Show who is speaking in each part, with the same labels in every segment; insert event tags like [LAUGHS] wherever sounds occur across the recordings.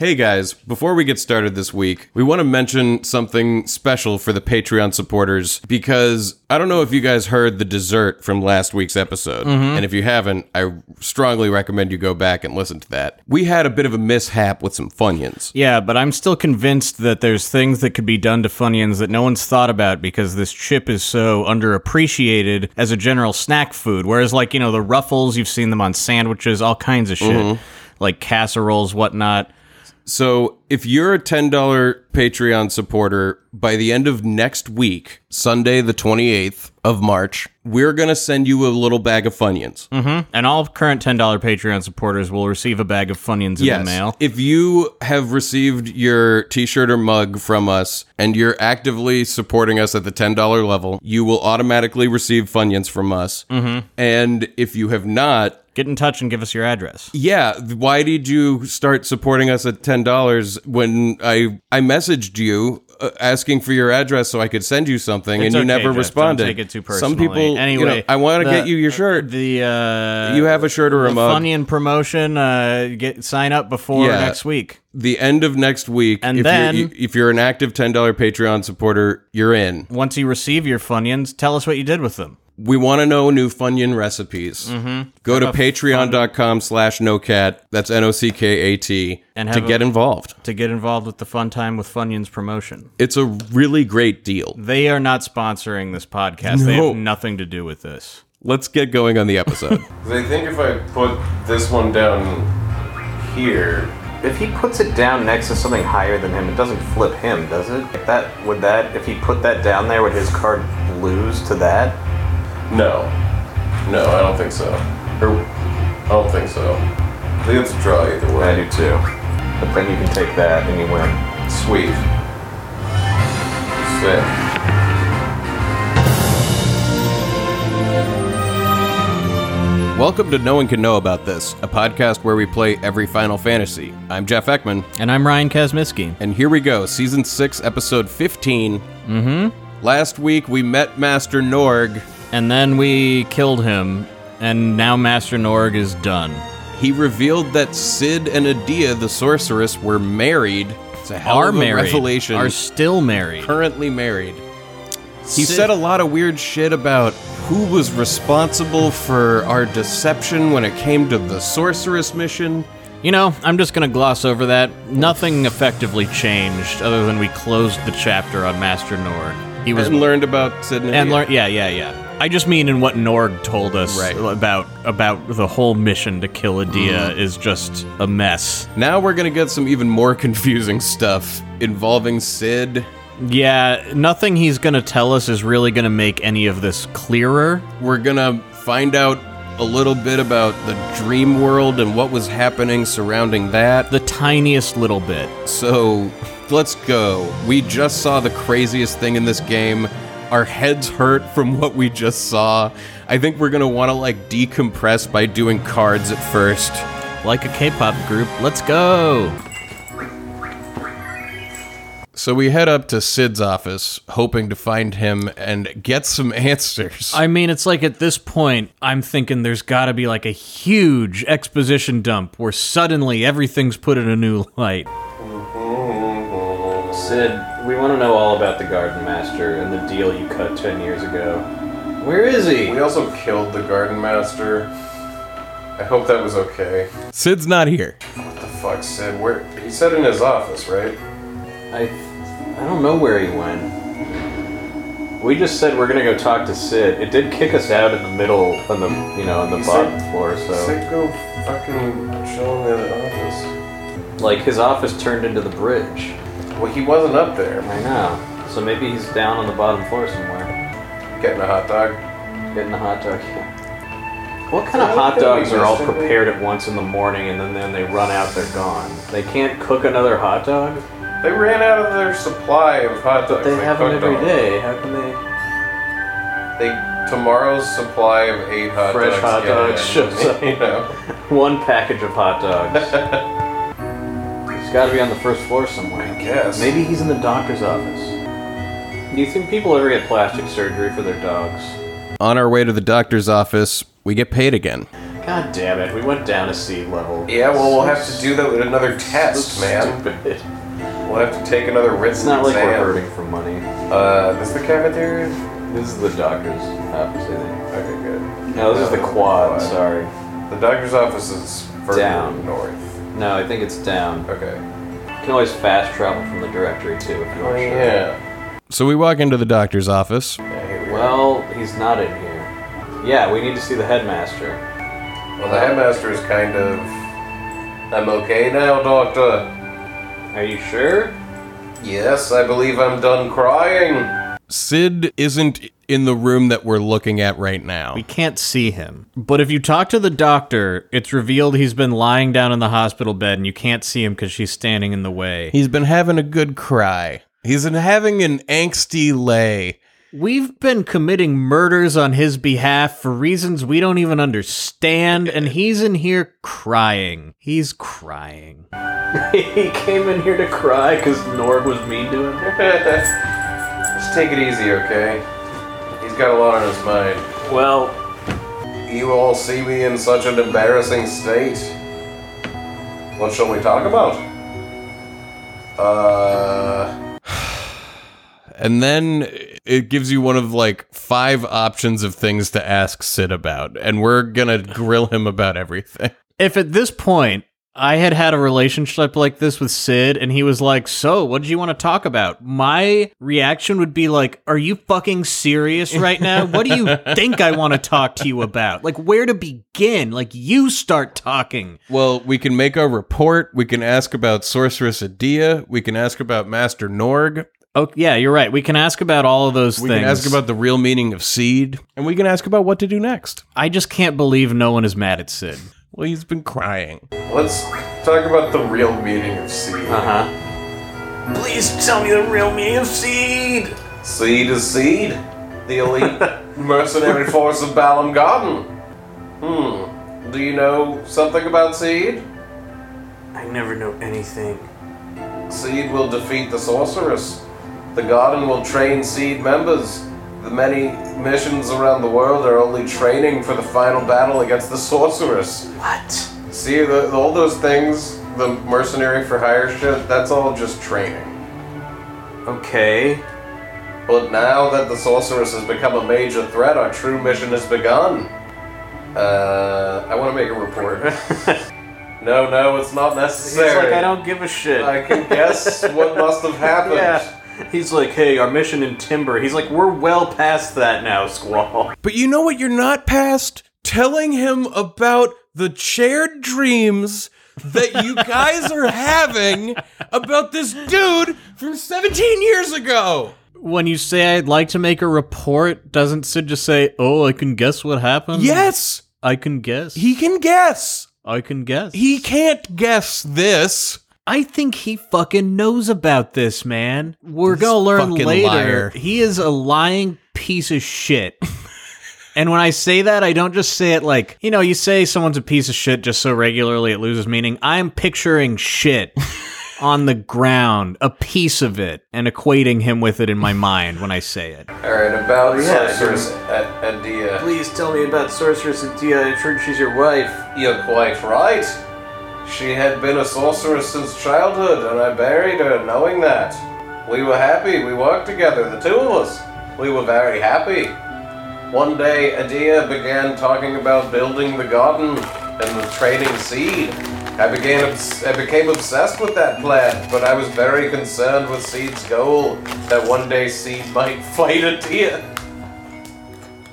Speaker 1: Hey guys, before we get started this week, we want to mention something special for the Patreon supporters because I don't know if you guys heard the dessert from last week's episode. And if you haven't, I strongly recommend you go back and listen to that. We had a bit of a mishap with some Funyuns.
Speaker 2: Yeah, but I'm still convinced that there's things that could be done to Funyuns that no one's thought about because this chip is so underappreciated as a general snack food. Whereas, like, you know, the Ruffles, you've seen them on sandwiches, all kinds of shit,
Speaker 1: Mm-hmm.
Speaker 2: like casseroles, whatnot.
Speaker 1: So if you're a $10 Patreon supporter, by the end of next week, Sunday, the 28th of March, we're going to send you a little bag of Funyuns.
Speaker 2: And all current $10 Patreon supporters will receive a bag of Funyuns in the mail.
Speaker 1: If you have received your t-shirt or mug from us and you're actively supporting us at the $10 level, you will automatically receive Funyuns from us.
Speaker 2: Mm-hmm.
Speaker 1: And if you have not,
Speaker 2: Get in touch and give us your address.
Speaker 1: yeah, th- why did you start supporting us at $10 when I I messaged you uh, asking for your address so I could send you something and
Speaker 2: It's
Speaker 1: you
Speaker 2: okay,
Speaker 1: never
Speaker 2: Jeff.
Speaker 1: responded.
Speaker 2: Don't take it too personally.
Speaker 1: Some people, anyway,
Speaker 2: Anyway,
Speaker 1: I want to
Speaker 2: the-
Speaker 1: get you your shirt.
Speaker 2: The uh,
Speaker 1: you have a shirt or a
Speaker 2: the
Speaker 1: mug.
Speaker 2: Funyun promotion. Uh, get sign up before
Speaker 1: Yeah.
Speaker 2: next week.
Speaker 1: the end of next week.
Speaker 2: And
Speaker 1: if
Speaker 2: then-
Speaker 1: you're, if you're an active ten dollar Patreon supporter, you're in.
Speaker 2: Once you receive your Funyuns, tell us what you did with them.
Speaker 1: We want to know new Funyun recipes. Mm-hmm. Go to Patreon.com/slash NoCat. That's N O C K A T
Speaker 2: And
Speaker 1: to
Speaker 2: have a-
Speaker 1: get involved.
Speaker 2: to get involved with the Fun Time with Funyuns promotion.
Speaker 1: It's a really great deal.
Speaker 2: They are not sponsoring this podcast. They
Speaker 1: No.
Speaker 2: have nothing to do with this.
Speaker 1: Let's get going on the [LAUGHS] episode. I think if I put this one down here,
Speaker 3: If he puts it down next to something higher than him, it doesn't flip him, does it? Like that would that if he put that down there, would his card lose to that?
Speaker 1: no, no, I don't think so. Or I don't think so. I think it's a draw either
Speaker 3: I do too. But then you can take that and you win.
Speaker 1: Sweet. Sick. Welcome to No One Can Know About This, a podcast where we play every Final Fantasy. I'm Jeff Ekman,
Speaker 2: And I'm Ryan Kazmiski.
Speaker 1: and here we go, Season 6, Episode 15. Mm-hmm. Last week we met Master Norg.
Speaker 2: And then we killed him, and now Master Norg is done.
Speaker 1: He revealed that Sid and Adia, the sorceress, were married. It's a hell
Speaker 2: are
Speaker 1: of a
Speaker 2: married.
Speaker 1: revelation.
Speaker 2: Are still married.
Speaker 1: currently married. He
Speaker 2: Sid-
Speaker 1: said a lot of weird shit about who was responsible for our deception when it came to the sorceress mission.
Speaker 2: You know, I'm just going to gloss over that. Nothing effectively changed other than we closed the chapter on Master Norg. He was
Speaker 1: And learned about Sidney.
Speaker 2: and learn. Yeah, yeah, yeah. I just mean in what Norg told us
Speaker 1: Right.
Speaker 2: about about the whole mission to kill Adia
Speaker 1: Mm.
Speaker 2: is just a mess.
Speaker 1: Now we're gonna get some even more [LAUGHS] confusing stuff involving Sid.
Speaker 2: Yeah, nothing he's gonna tell us is really gonna make any of this clearer.
Speaker 1: We're gonna find out a little bit about the dream world and what was happening surrounding that.
Speaker 2: The tiniest little bit.
Speaker 1: So let's go. We just saw the craziest thing in this game. Our heads hurt from what we just saw. I think we're gonna wanna like decompress by doing cards at first.
Speaker 2: Like a K-pop group, let's go.
Speaker 1: So we head up to Sid's office, hoping to find him and get some [LAUGHS] answers.
Speaker 2: I mean, it's like at this point, I'm thinking there's gotta be like a huge exposition dump where suddenly everything's put in a new light.
Speaker 3: Sid, we want to know all about the Garden Master and the deal you cut ten years ago. Where is he?
Speaker 1: also killed the garden master. I hope that was okay. Sid's not here. What the fuck, Sid? Where he said in his office, right?
Speaker 3: I I don't know where he went. We just said we're gonna go talk to Sid. It did kick us out in the middle, on the you know, on the bottom
Speaker 4: said-
Speaker 3: floor. So
Speaker 4: Sicko fucking chill in the other office.
Speaker 3: Like his office turned into the bridge.
Speaker 4: Well, he wasn't up there.
Speaker 3: I know. So maybe he's down on the bottom floor somewhere,
Speaker 4: Getting a hot dog.
Speaker 3: getting a hot dog. What kind of hot dogs are all prepared at once in the morning and then, then they run out, they're gone? They can't cook another hot dog?
Speaker 4: They ran out of their supply of hot dogs.
Speaker 3: They have them
Speaker 4: cooked
Speaker 3: every
Speaker 4: all-
Speaker 3: day. How can they?
Speaker 4: They tomorrow's supply of eight hot
Speaker 3: Fresh
Speaker 4: dogs.
Speaker 3: hot
Speaker 4: get
Speaker 3: dogs
Speaker 4: in,
Speaker 3: shows [LAUGHS] up.
Speaker 4: [LAUGHS] You know,
Speaker 3: One package of hot
Speaker 4: [LAUGHS]
Speaker 3: dogs. he's gotta be on the first floor somewhere. I
Speaker 4: guess.
Speaker 3: Maybe he's in the doctor's office. Do you think people ever get plastic surgery for their dogs?
Speaker 1: On our way to the doctor's office, we get paid again.
Speaker 3: God damn it, we went down to sea level.
Speaker 4: Yeah, well, we'll have to do that with another test, man.
Speaker 3: Stupid.
Speaker 4: We'll have to take another written
Speaker 3: It's not like we're
Speaker 4: exam.
Speaker 3: hurting for money.
Speaker 4: Uh, this is the cafeteria?
Speaker 3: This is the doctor's office, I
Speaker 4: Okay, good.
Speaker 3: think. No, this is the quad, sorry.
Speaker 4: The doctor's office is further
Speaker 3: Down.
Speaker 4: north.
Speaker 3: No, I think it's down.
Speaker 4: Okay.
Speaker 3: You can always fast travel from the directory, too, if you want to.
Speaker 4: Yeah.
Speaker 1: So we walk into the doctor's office.
Speaker 4: yeah here we are.
Speaker 3: Well, he's not in here. Yeah, we need to see the headmaster.
Speaker 4: Well, the headmaster is kind of. I'm okay now, Doctor.
Speaker 3: Are you sure?
Speaker 4: Yes, I believe I'm done crying.
Speaker 1: Sid isn't in the room that we're looking at right now.
Speaker 2: We can't see him. But if you talk to the doctor, it's revealed he's been lying down in the hospital bed and you can't see him because she's standing in the way.
Speaker 1: He's been having a good cry. He's been having an angsty lay.
Speaker 2: We've been committing murders on his behalf for reasons we don't even understand, and he's in here crying. He's crying.
Speaker 3: [LAUGHS] he came in here to cry because Norg was mean to him.
Speaker 4: [LAUGHS] Just take it easy, okay? He's got a lot on his mind.
Speaker 3: Well,
Speaker 4: You all see me in such an embarrassing state. What shall we talk about? Uh.
Speaker 1: And then it gives you one of like five options of things to ask Sid about. And we're going to grill him about everything.
Speaker 2: If at this point I had had a relationship like this with Sid and he was like, So, what did you want to talk about? My reaction would be like, Are you fucking serious right now? What do
Speaker 3: [LAUGHS]
Speaker 2: you think I want to talk to you about? Like, where to begin? Like, you start talking.
Speaker 1: [LAUGHS] Well, we can make our report. We can ask about Sorceress Adia. We can ask about Master Norg.
Speaker 2: Oh, yeah, you're right. We can ask about all of those
Speaker 1: We
Speaker 2: things.
Speaker 1: can ask about the real meaning of seed. And we can ask about what to do next.
Speaker 2: I just can't believe no one is mad at Sid.
Speaker 1: Well, he's been crying.
Speaker 4: Let's talk about the real meaning of seed.
Speaker 3: uh huh.
Speaker 4: Please tell me the real meaning of seed. Seed is seed. The elite mercenary force of Balam Garden. Hmm. Do you know something about seed?
Speaker 3: I never know anything.
Speaker 4: Seed will defeat the sorceress. The garden will train seed members. The many missions around the world are only training for the final battle against the sorceress.
Speaker 3: What?
Speaker 4: See, the, all those things, the mercenary for hire shit, that's all just training.
Speaker 3: Okay.
Speaker 4: But now that the sorceress has become a major threat, our true mission has begun. Uh, I want to make a
Speaker 3: [LAUGHS]
Speaker 4: report. no, no, it's not
Speaker 3: He's
Speaker 4: necessary.
Speaker 3: like, I don't give a shit.
Speaker 4: I can guess what must have
Speaker 3: [LAUGHS]
Speaker 4: happened.
Speaker 3: yeah. He's like, hey, our mission in Timber. He's like, we're well past that now, Squall.
Speaker 1: But you know what you're not past? Telling him about the shared dreams that you guys are having about this dude from 17 years ago.
Speaker 2: When you say I'd like to make a report, doesn't Sid just say, "Oh, I can guess what happened"?
Speaker 1: Yes,
Speaker 2: I can guess.
Speaker 1: he can guess.
Speaker 2: I can guess.
Speaker 1: He can't guess this.
Speaker 2: I think he fucking knows about this, man. We're
Speaker 1: This
Speaker 2: gonna learn
Speaker 1: fucking
Speaker 2: later.
Speaker 1: liar.
Speaker 2: He is a lying piece of
Speaker 1: [LAUGHS]
Speaker 2: shit. and when I say that, I don't just say it like you know. You say someone's a piece of shit just so regularly it loses meaning. I'm
Speaker 1: [LAUGHS]
Speaker 2: picturing shit. On the ground, a piece of it, and equating him with it in my mind when I say it.
Speaker 4: All right, about
Speaker 3: Yeah,
Speaker 4: sorceress A- Adia.
Speaker 3: Please tell me about Sorceress Adia. I've heard she's your wife.
Speaker 4: You're quite right. She had been a sorceress since childhood, and I buried her knowing that. We were happy, we worked together, the two of us. We were very happy. One day, Adia began talking about building the garden and the training seed. I became, obs- I became obsessed with that plan, but I was very concerned with Seed's goal that one day Seed might fight Adia.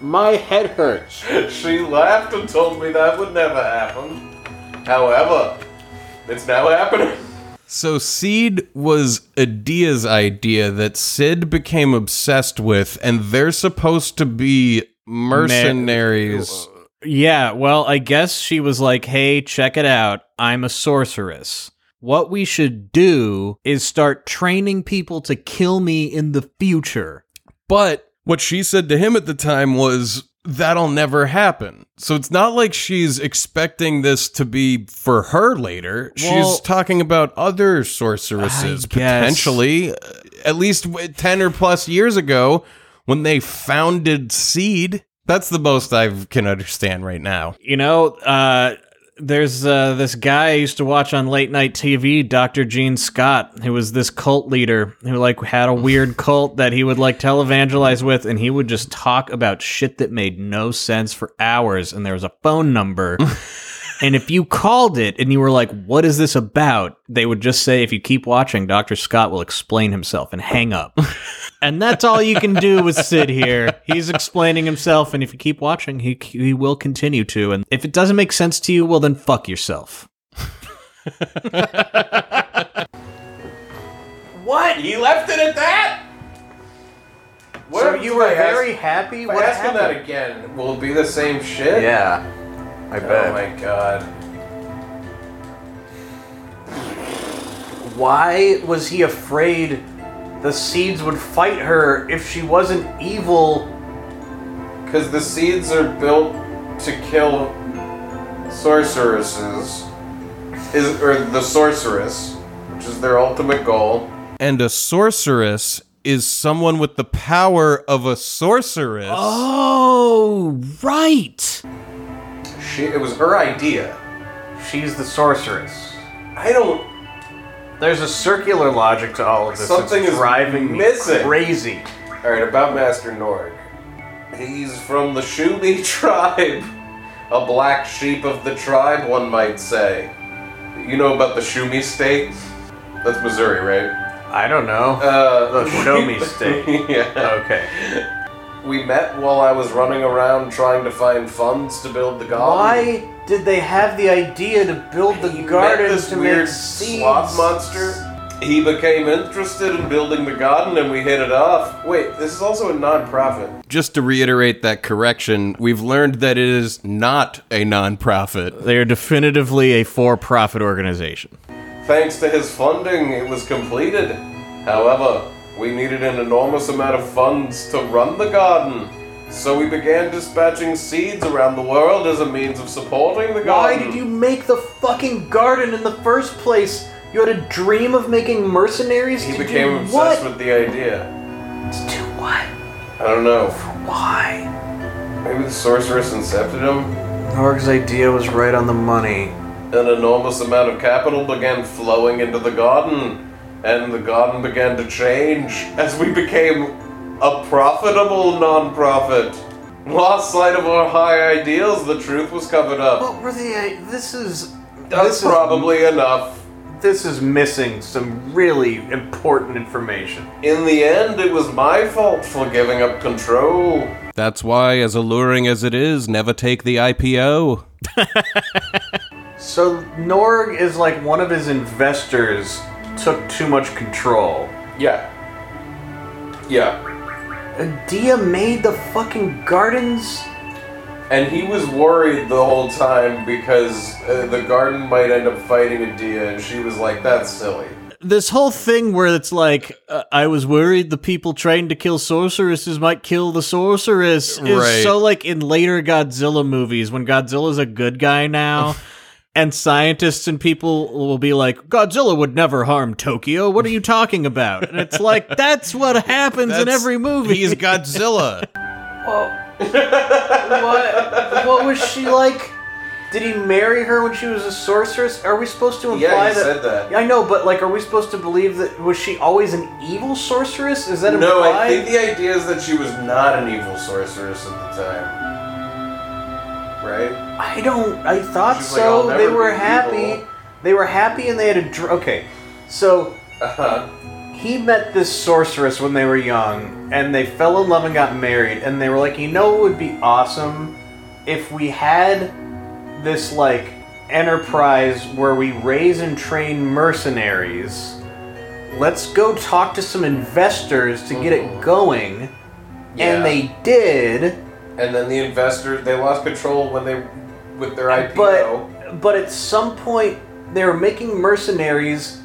Speaker 3: My head hurts.
Speaker 4: [LAUGHS] She laughed and told me that would never happen. However, it's now happening.
Speaker 1: So, Seed was Adia's idea that Sid became obsessed with, and they're supposed to be mercenaries.
Speaker 2: Yeah, well, I guess she was like, hey, check it out. I'm a sorceress. What we should do is start training people to kill me in the future.
Speaker 1: But what she said to him at the time was, that'll never happen. So it's not like she's expecting this to be for her later.
Speaker 2: Well-
Speaker 1: she's talking about other sorceresses,
Speaker 2: I guess.
Speaker 1: potentially, uh, at least w- 10 or plus years ago when they founded Seed. That's the most I can understand right now.
Speaker 2: You know, uh, there's uh, this guy I used to watch on late night TV, Dr. Gene Scott, who was this cult leader who like had a weird cult that he would like televangelize with, and he would just talk about shit that made no sense for hours. And there was a phone number. And if you called it and you were like, what is this about? They would just say, if you keep watching, Dr. Scott will explain himself and hang up. and that's all you can do with Sid here. He's explaining himself, and if you keep watching, he, he will continue to. And if it doesn't make sense to you, well, then fuck yourself.
Speaker 4: What? He left it at that? What
Speaker 2: So
Speaker 4: if
Speaker 2: you were
Speaker 4: I ask-
Speaker 2: very happy?
Speaker 4: if I
Speaker 2: What
Speaker 4: ask him
Speaker 2: happened?
Speaker 4: that again? Will it be the same shit?
Speaker 2: Yeah.
Speaker 4: I bet. Oh my god.
Speaker 2: Why was he afraid the seeds would fight her if she wasn't evil?
Speaker 4: Because the seeds are built to kill sorceresses, is or the sorceress, which is their ultimate goal.
Speaker 1: And a sorceress is someone with the power of a sorceress.
Speaker 2: Oh, right.
Speaker 4: She, it was her idea.
Speaker 2: She's the sorceress.
Speaker 4: I don't.
Speaker 2: There's a circular logic to all of this. that's
Speaker 4: Something is
Speaker 2: driving me
Speaker 4: missing.
Speaker 2: crazy.
Speaker 4: All right, about Master Norg. He's from the Shumi [LAUGHS] tribe, a black sheep of the tribe, one might say. You know about the Shumi state? That's Missouri, right?
Speaker 2: I don't
Speaker 4: [LAUGHS]
Speaker 2: know.
Speaker 4: Uh,
Speaker 2: The show me state.
Speaker 4: yeah.
Speaker 2: Okay.
Speaker 4: We met while I was running around trying to find funds to build the golem.
Speaker 2: Why did they have the idea to build the
Speaker 4: He met
Speaker 2: garden
Speaker 4: this
Speaker 2: to
Speaker 4: weird
Speaker 2: make seeds?
Speaker 4: sloth monster. He became interested in building the garden, and we hit it off. Wait, this is also a non-profit.
Speaker 1: Just to reiterate that correction, we've learned that it is not a nonprofit.
Speaker 2: They are definitively a for-profit organization.
Speaker 4: Thanks to his funding, it was completed. However, we needed an enormous amount of funds to run the garden. So we began dispatching seeds around the world as a means of supporting the
Speaker 2: Why
Speaker 4: garden.
Speaker 2: did you make the fucking garden in the first place? You had a dream of making mercenaries
Speaker 4: He
Speaker 2: to
Speaker 4: became
Speaker 2: do
Speaker 4: obsessed
Speaker 2: what?
Speaker 4: with the idea.
Speaker 2: To do what?
Speaker 4: I don't know.
Speaker 2: Why?
Speaker 4: Maybe the sorceress incepted him.
Speaker 2: Norg's idea was right on the money.
Speaker 4: An enormous amount of capital began flowing into the garden, and the garden began to change as we became a profitable non-profit. Lost sight of our high ideals, the truth was covered up.
Speaker 2: What were the? This is.
Speaker 4: That's
Speaker 2: This is
Speaker 4: probably enough.
Speaker 2: this is missing some really important information.
Speaker 4: In the end, it was my fault for giving up control.
Speaker 1: That's why, as alluring as it is, never take the IPO.
Speaker 2: So Norg is like one of his investors took too much control.
Speaker 4: Yeah. Yeah.
Speaker 2: Dia made the fucking gardens.
Speaker 4: And he was worried the whole time because uh, the garden might end up fighting Adia, and she was like, that's silly.
Speaker 2: This whole thing where it's like uh, I was worried the people trained to kill sorceresses might kill the sorceress is
Speaker 1: Right.
Speaker 2: so like in later Godzilla movies when Godzilla's a good guy
Speaker 1: [LAUGHS]
Speaker 2: now. And scientists and people will be like, Godzilla would never harm Tokyo. What are you talking about? And it's like,
Speaker 1: [LAUGHS]
Speaker 2: that's what happens in
Speaker 1: That's-
Speaker 2: every movie.
Speaker 1: He's
Speaker 2: [LAUGHS]
Speaker 1: Godzilla.
Speaker 2: what what was she like? Did he marry her when she was a sorceress? Are we supposed to imply
Speaker 4: Yeah, he
Speaker 2: that?
Speaker 4: said that.
Speaker 2: Yeah, I know, but like, are we supposed to believe that was she always an evil sorceress? Is that implied?
Speaker 4: No, I think the idea is that she was not an evil sorceress at the time. Right?
Speaker 2: I don't. I thought
Speaker 4: She's like,
Speaker 2: so.
Speaker 4: "I'll never
Speaker 2: they were
Speaker 4: be
Speaker 2: happy.
Speaker 4: evil."
Speaker 2: They were happy, and they had a dr- okay. So
Speaker 4: Uh-huh.
Speaker 2: he met this sorceress when they were young, and they fell in love and got married, and they were like, you know, it would be awesome if we had this like enterprise where we raise and train mercenaries. Let's go talk to some investors to get it going,
Speaker 4: Mm-hmm. Yeah.
Speaker 2: and they did.
Speaker 4: And then the investors they lost control when they with their IPO.
Speaker 2: But but at some point they were making mercenaries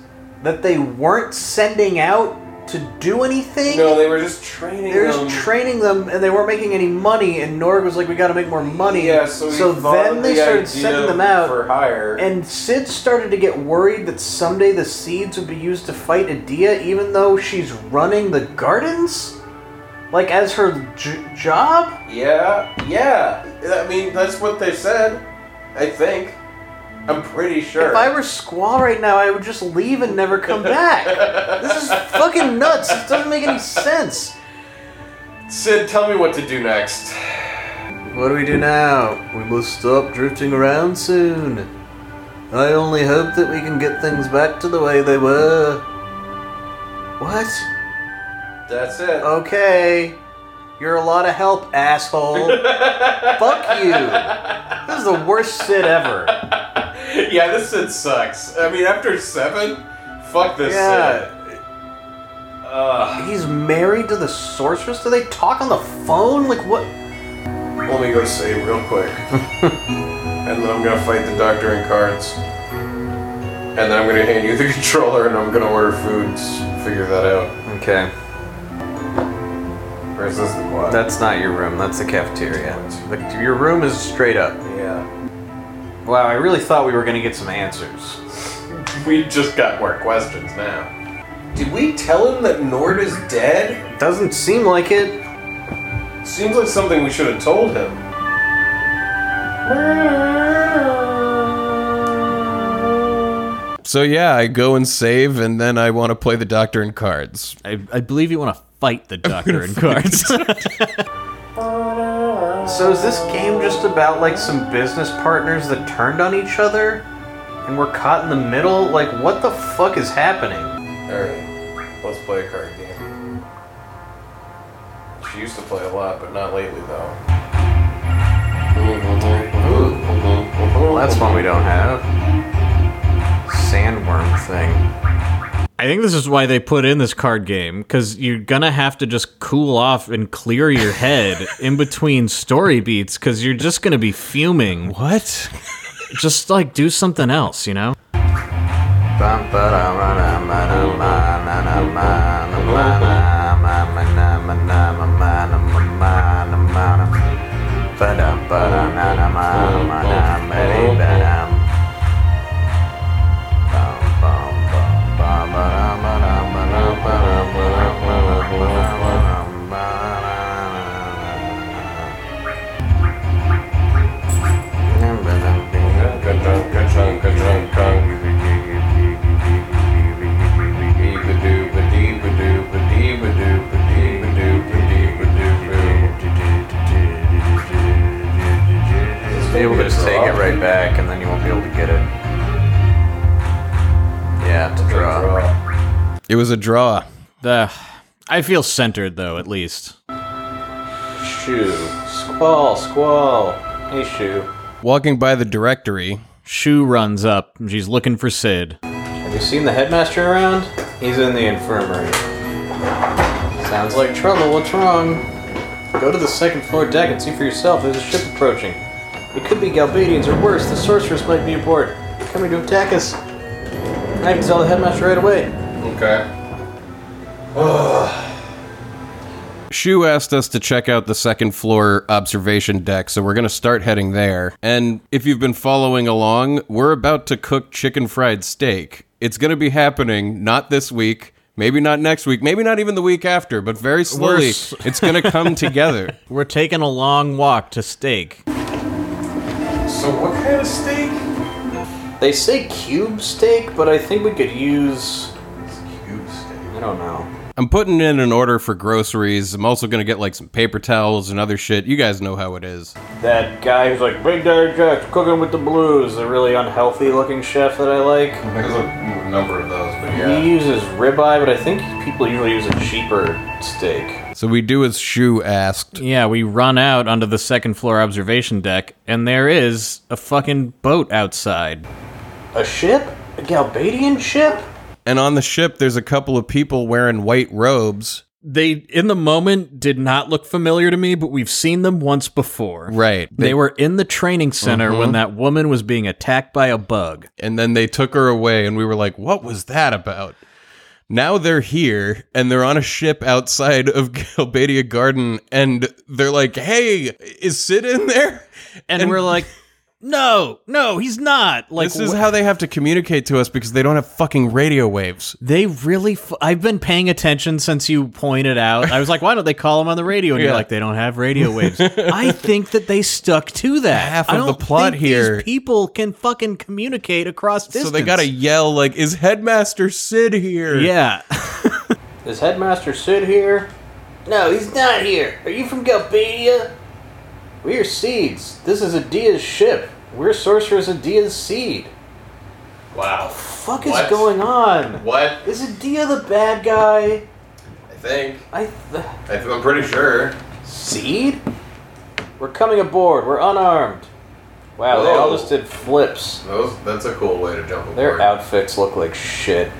Speaker 2: that they weren't sending out to do anything.
Speaker 4: no, they were just training
Speaker 2: They're
Speaker 4: them.
Speaker 2: just training them, and they weren't making any money. And Norg was like, "We got to make more money."
Speaker 4: yeah, so, he thought
Speaker 2: then they
Speaker 4: the
Speaker 2: started
Speaker 4: idea
Speaker 2: sending them out.
Speaker 4: for hire.
Speaker 2: and Sid started to get worried that someday the seeds would be used to fight Adia, even though she's running the gardens.
Speaker 3: Like as her j- job?
Speaker 4: Yeah, yeah. I mean, that's what they said. I think. I'm pretty sure.
Speaker 3: If I were Squall right now, I would just leave and never come back. this is fucking nuts. This doesn't make any sense.
Speaker 4: Sid, tell me what to do next.
Speaker 3: What do we do now? We must stop drifting around soon. I only hope that we can get things back to the way they were. What?
Speaker 4: That's it.
Speaker 3: Oh. Okay. You're a lot of help, [LAUGHS] asshole. Fuck you. This is the worst shit ever.
Speaker 4: yeah, this Sid sucks. I mean, after seven, fuck this
Speaker 3: Yeah.
Speaker 4: Sid. Uh,
Speaker 3: He's married to the sorceress? Do they talk on the phone? Like, what?
Speaker 4: let me go save real quick. [LAUGHS] and then I'm gonna fight the doctor in cards. And then I'm gonna hand you the [LAUGHS] controller and I'm gonna order foods. Figure that out.
Speaker 3: Okay.
Speaker 4: Where's this the quad?
Speaker 3: That's not your room. That's the cafeteria. The- your room is straight up.
Speaker 4: yeah.
Speaker 3: Wow, I really thought we were gonna get some answers.
Speaker 4: We just got more questions now. Did we tell him that Nord is dead?
Speaker 3: Doesn't seem like it.
Speaker 4: Seems like something we should have told him.
Speaker 1: So yeah, I go and save, and then I want to play the doctor in cards.
Speaker 2: I, I believe you want to fight the doctor in cards.
Speaker 3: [LAUGHS] So is this game just about like some business partners that turned on each other and were caught in the middle? Like what the fuck is happening?
Speaker 4: Alright, let's play a card game. She used to play a lot, but not lately though.
Speaker 3: Well, that's one we don't have. Sandworm thing.
Speaker 2: I think this is why they put in this card game because you're gonna have to just cool off and clear your head in between story beats because you're just gonna be fuming.
Speaker 1: What?
Speaker 2: Just like do something else, you know?
Speaker 3: Bum, ba-dum, ba-dum, ba-dum, ba-dum, ba-dum, ba-dum, ba-dum, ba-dum, ba-dum, ba-dum, ba-dum, ba-dum. Ba-dum, ba-dum, ba-dum, ba-dum, ba-dum, ba-dum, ba-dum. Bum, bum, bum, bum, ba-dum, ba-dum, ba-dum, ba-dum, ba-dum, ba-dum, ba-dum, ba-dum, ba-dum. Be able to just take it right back, and then you won't be able to get it. Yeah, to draw.
Speaker 1: It was a draw.
Speaker 2: The I feel centered though, at least.
Speaker 5: Shoo. Squall, squall. Hey, Shoo.
Speaker 1: Walking by the directory,
Speaker 2: Shu runs up. and She's looking for Sid.
Speaker 5: Have you seen the headmaster around? He's in the infirmary. Sounds like trouble. What's wrong? Go to the second floor deck and see for yourself. There's a ship approaching. It could be Galbadians or worse. The sorceress might be aboard, coming to attack us. I can tell the headmaster right away.
Speaker 4: Okay.
Speaker 1: Shu asked us to check out the second floor observation deck, so we're going to start heading there. And if you've been following along, we're about to cook chicken fried steak. It's going to be happening not this week, maybe not next week, maybe not even the week after, but very slowly
Speaker 2: s-
Speaker 1: it's going to come together.
Speaker 2: We're taking a long walk to stake.
Speaker 4: So what kind of steak?
Speaker 5: They say cube steak, but I think we could use.
Speaker 4: Cube steak.
Speaker 5: I don't know.
Speaker 1: I'm putting in an order for groceries. I'm also going to get like some paper towels and other shit. You guys know how it is.
Speaker 5: That guy who's like, Big Daddy Jack's cooking with the blues, a really unhealthy looking chef that I like.
Speaker 4: There's a number of those, but
Speaker 5: He
Speaker 4: yeah.
Speaker 5: uses ribeye, but I think people usually use a cheaper steak.
Speaker 1: So we do as Shu asked.
Speaker 2: Yeah, we run out onto the second floor observation deck, and there is a fucking boat outside.
Speaker 5: A ship? A Galbadian ship?
Speaker 1: And on the ship, there's a couple of people wearing white robes.
Speaker 2: They, in the moment, did not look familiar to me, but we've seen them once before.
Speaker 1: Right. Mm-hmm.
Speaker 2: They were in the training center when that woman was being attacked by a bug.
Speaker 1: and then they took her away and we were like what was that about now they're here and they're on a ship outside of [LAUGHS] Galbadia Garden and they're like hey is Sid in there
Speaker 2: And,
Speaker 1: And-
Speaker 2: we're like, no, no, he's not. Like
Speaker 1: This is
Speaker 2: wh-
Speaker 1: how they have to communicate to us because they don't have fucking radio waves.
Speaker 2: they really. F- I've been paying attention since you pointed out. I was like, why don't they call him on the radio? And you're
Speaker 1: Yeah.
Speaker 2: like, they don't have radio waves.
Speaker 1: [LAUGHS]
Speaker 2: I think that they stuck to that.
Speaker 1: Half
Speaker 2: I
Speaker 1: of the
Speaker 2: don't
Speaker 1: plot
Speaker 2: think these
Speaker 1: here-
Speaker 2: people can fucking communicate across distance.
Speaker 1: So they gotta yell like, "Is Headmaster Sid here?"
Speaker 3: [LAUGHS]
Speaker 2: Yeah.
Speaker 3: Is Headmaster Sid here? No, he's not here. Are you from Galbadia? We are seeds. This is Adia's ship. We're sorceress Adia's seed.
Speaker 4: Wow.
Speaker 3: Fuck is
Speaker 4: What?
Speaker 3: going on?
Speaker 4: What?
Speaker 3: Is Adia the bad guy?
Speaker 4: I think.
Speaker 3: I th-
Speaker 4: I th- I'm pretty sure.
Speaker 3: seed. We're coming aboard. We're unarmed. Wow, they all
Speaker 4: Whoa.
Speaker 3: just did flips.
Speaker 4: Oh, Those, that's a cool way to jump aboard.
Speaker 3: Their outfits look like shit.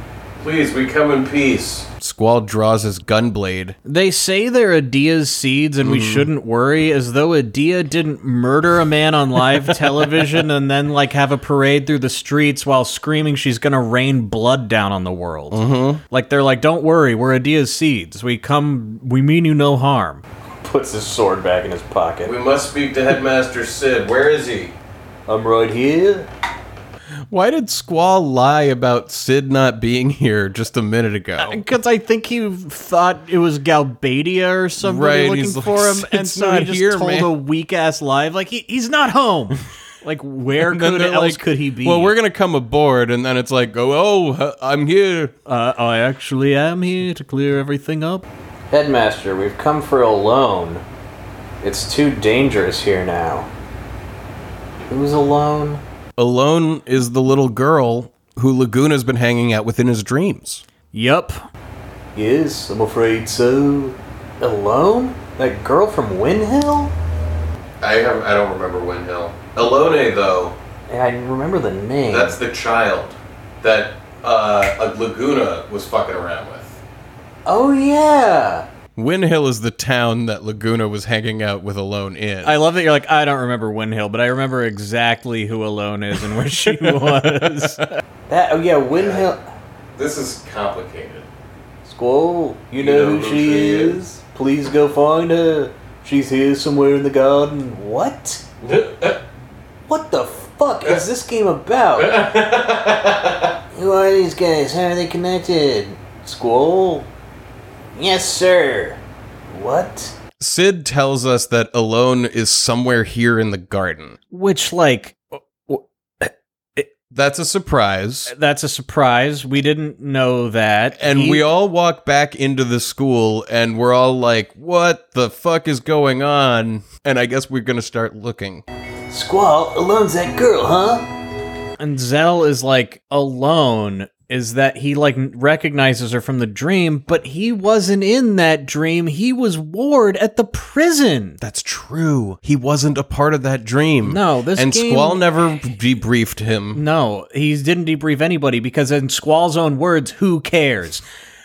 Speaker 4: Please, we come in peace.
Speaker 1: Squall draws his gunblade.
Speaker 2: They say they're Adia's seeds and we shouldn't worry, as though Adia didn't murder a man on live [LAUGHS] television and then, like, have a parade through the streets while screaming she's gonna rain blood down on the world. Mm-hmm. Like, they're like, don't worry, we're Adia's seeds. We come, we mean you no harm.
Speaker 3: Puts his sword back in his pocket.
Speaker 4: We must speak to Headmaster Sid. Where is he?
Speaker 3: I'm right here.
Speaker 1: Why did Squall lie about Sid not being [LAUGHS] here just a minute ago?
Speaker 2: Because I think he thought it was Galbadia or somebody
Speaker 1: Right,
Speaker 2: looking
Speaker 1: he's like,
Speaker 2: for [LAUGHS] him, and
Speaker 1: "It's
Speaker 2: so
Speaker 1: not
Speaker 2: he just
Speaker 1: here,
Speaker 2: told
Speaker 1: man."
Speaker 2: a weak ass lie, like, he, he's not [LAUGHS] home. like, where
Speaker 1: And then
Speaker 2: could
Speaker 1: they're
Speaker 2: else
Speaker 1: like,
Speaker 2: could he be?
Speaker 1: Well, we're gonna come aboard, and then it's like, "Oh, oh huh, I'm here."
Speaker 2: Uh, I actually am here to clear everything up.
Speaker 3: Headmaster, we've come for a loan. It's too dangerous here now. Who's alone?
Speaker 1: Alone is the little girl who Laguna's been hanging out with in his dreams.
Speaker 2: Yup.
Speaker 3: Yes, I'm afraid so. Alone? That girl from Windhill?
Speaker 4: I have. I don't remember Windhill. Elone, though.
Speaker 3: Yeah, I remember the name.
Speaker 4: That's the child that uh, Laguna was fucking around with.
Speaker 3: Oh yeah.
Speaker 1: Windhill is the town that Laguna was hanging out with Alone in.
Speaker 2: I love that you're like, I don't remember Windhill, but I remember exactly who Alone is and where [LAUGHS] she was.
Speaker 3: That oh yeah, Windhill.
Speaker 4: This is complicated.
Speaker 3: Squall, you know, who, she, is? Please go find her. She's here somewhere in the garden. [LAUGHS] What? What the fuck is this game [LAUGHS] about? Who are these guys? How are they connected? Squall? Yes, sir. What?
Speaker 1: Sid tells us that Alone is somewhere here in the garden.
Speaker 2: Which, like,
Speaker 1: That's a surprise.
Speaker 2: that's a surprise. We didn't know that.
Speaker 1: And
Speaker 2: He-
Speaker 1: we all walk back into the school and we're all like, what the fuck is going on? And I guess we're going to start looking.
Speaker 3: Squall, alone's that girl, huh?
Speaker 2: and Zell is like alone is that he like recognizes her from the dream, but he wasn't in that dream. He was Ward at the prison.
Speaker 1: That's true. He wasn't a part of that dream.
Speaker 2: No, this
Speaker 1: And
Speaker 2: game-
Speaker 1: Squall never debriefed him.
Speaker 2: No, he didn't debrief anybody because, in Squall's own words, who cares?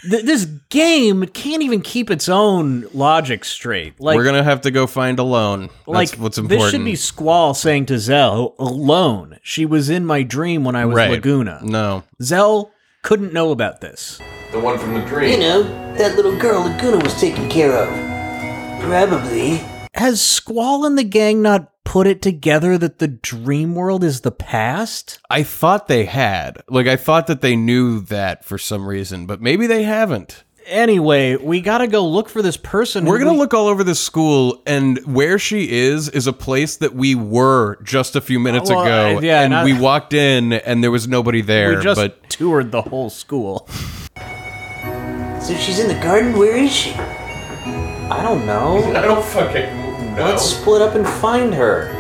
Speaker 2: Th- this game can't even keep its own logic straight. Like,
Speaker 1: we're going to have to go find Alone.
Speaker 2: like
Speaker 1: That's what's important.
Speaker 2: This should be Squall saying to Zell alone. She was in my dream when I was
Speaker 1: Right.
Speaker 2: Laguna.
Speaker 1: No.
Speaker 2: Zell couldn't know about this.
Speaker 4: The one from the dream.
Speaker 3: You know, that little girl Laguna was taken care of. Probably.
Speaker 2: Has Squall and the gang not put it together that the dream world is the past?
Speaker 1: I thought they had. Like, I thought that they knew that for some reason, but maybe they haven't.
Speaker 2: Anyway, we gotta go look for this person.
Speaker 1: We're
Speaker 2: who
Speaker 1: going to
Speaker 2: we-
Speaker 1: look all over the school, and where she is is a place that we were just a few minutes
Speaker 2: Well,
Speaker 1: ago.
Speaker 2: uh, yeah,
Speaker 1: and
Speaker 2: not-
Speaker 1: we walked in, and there was nobody there.
Speaker 2: We just
Speaker 1: but
Speaker 2: toured the whole school.
Speaker 3: So she's in the garden? Where is she? I don't know.
Speaker 4: I don't fucking know.
Speaker 3: Let's split up and find her.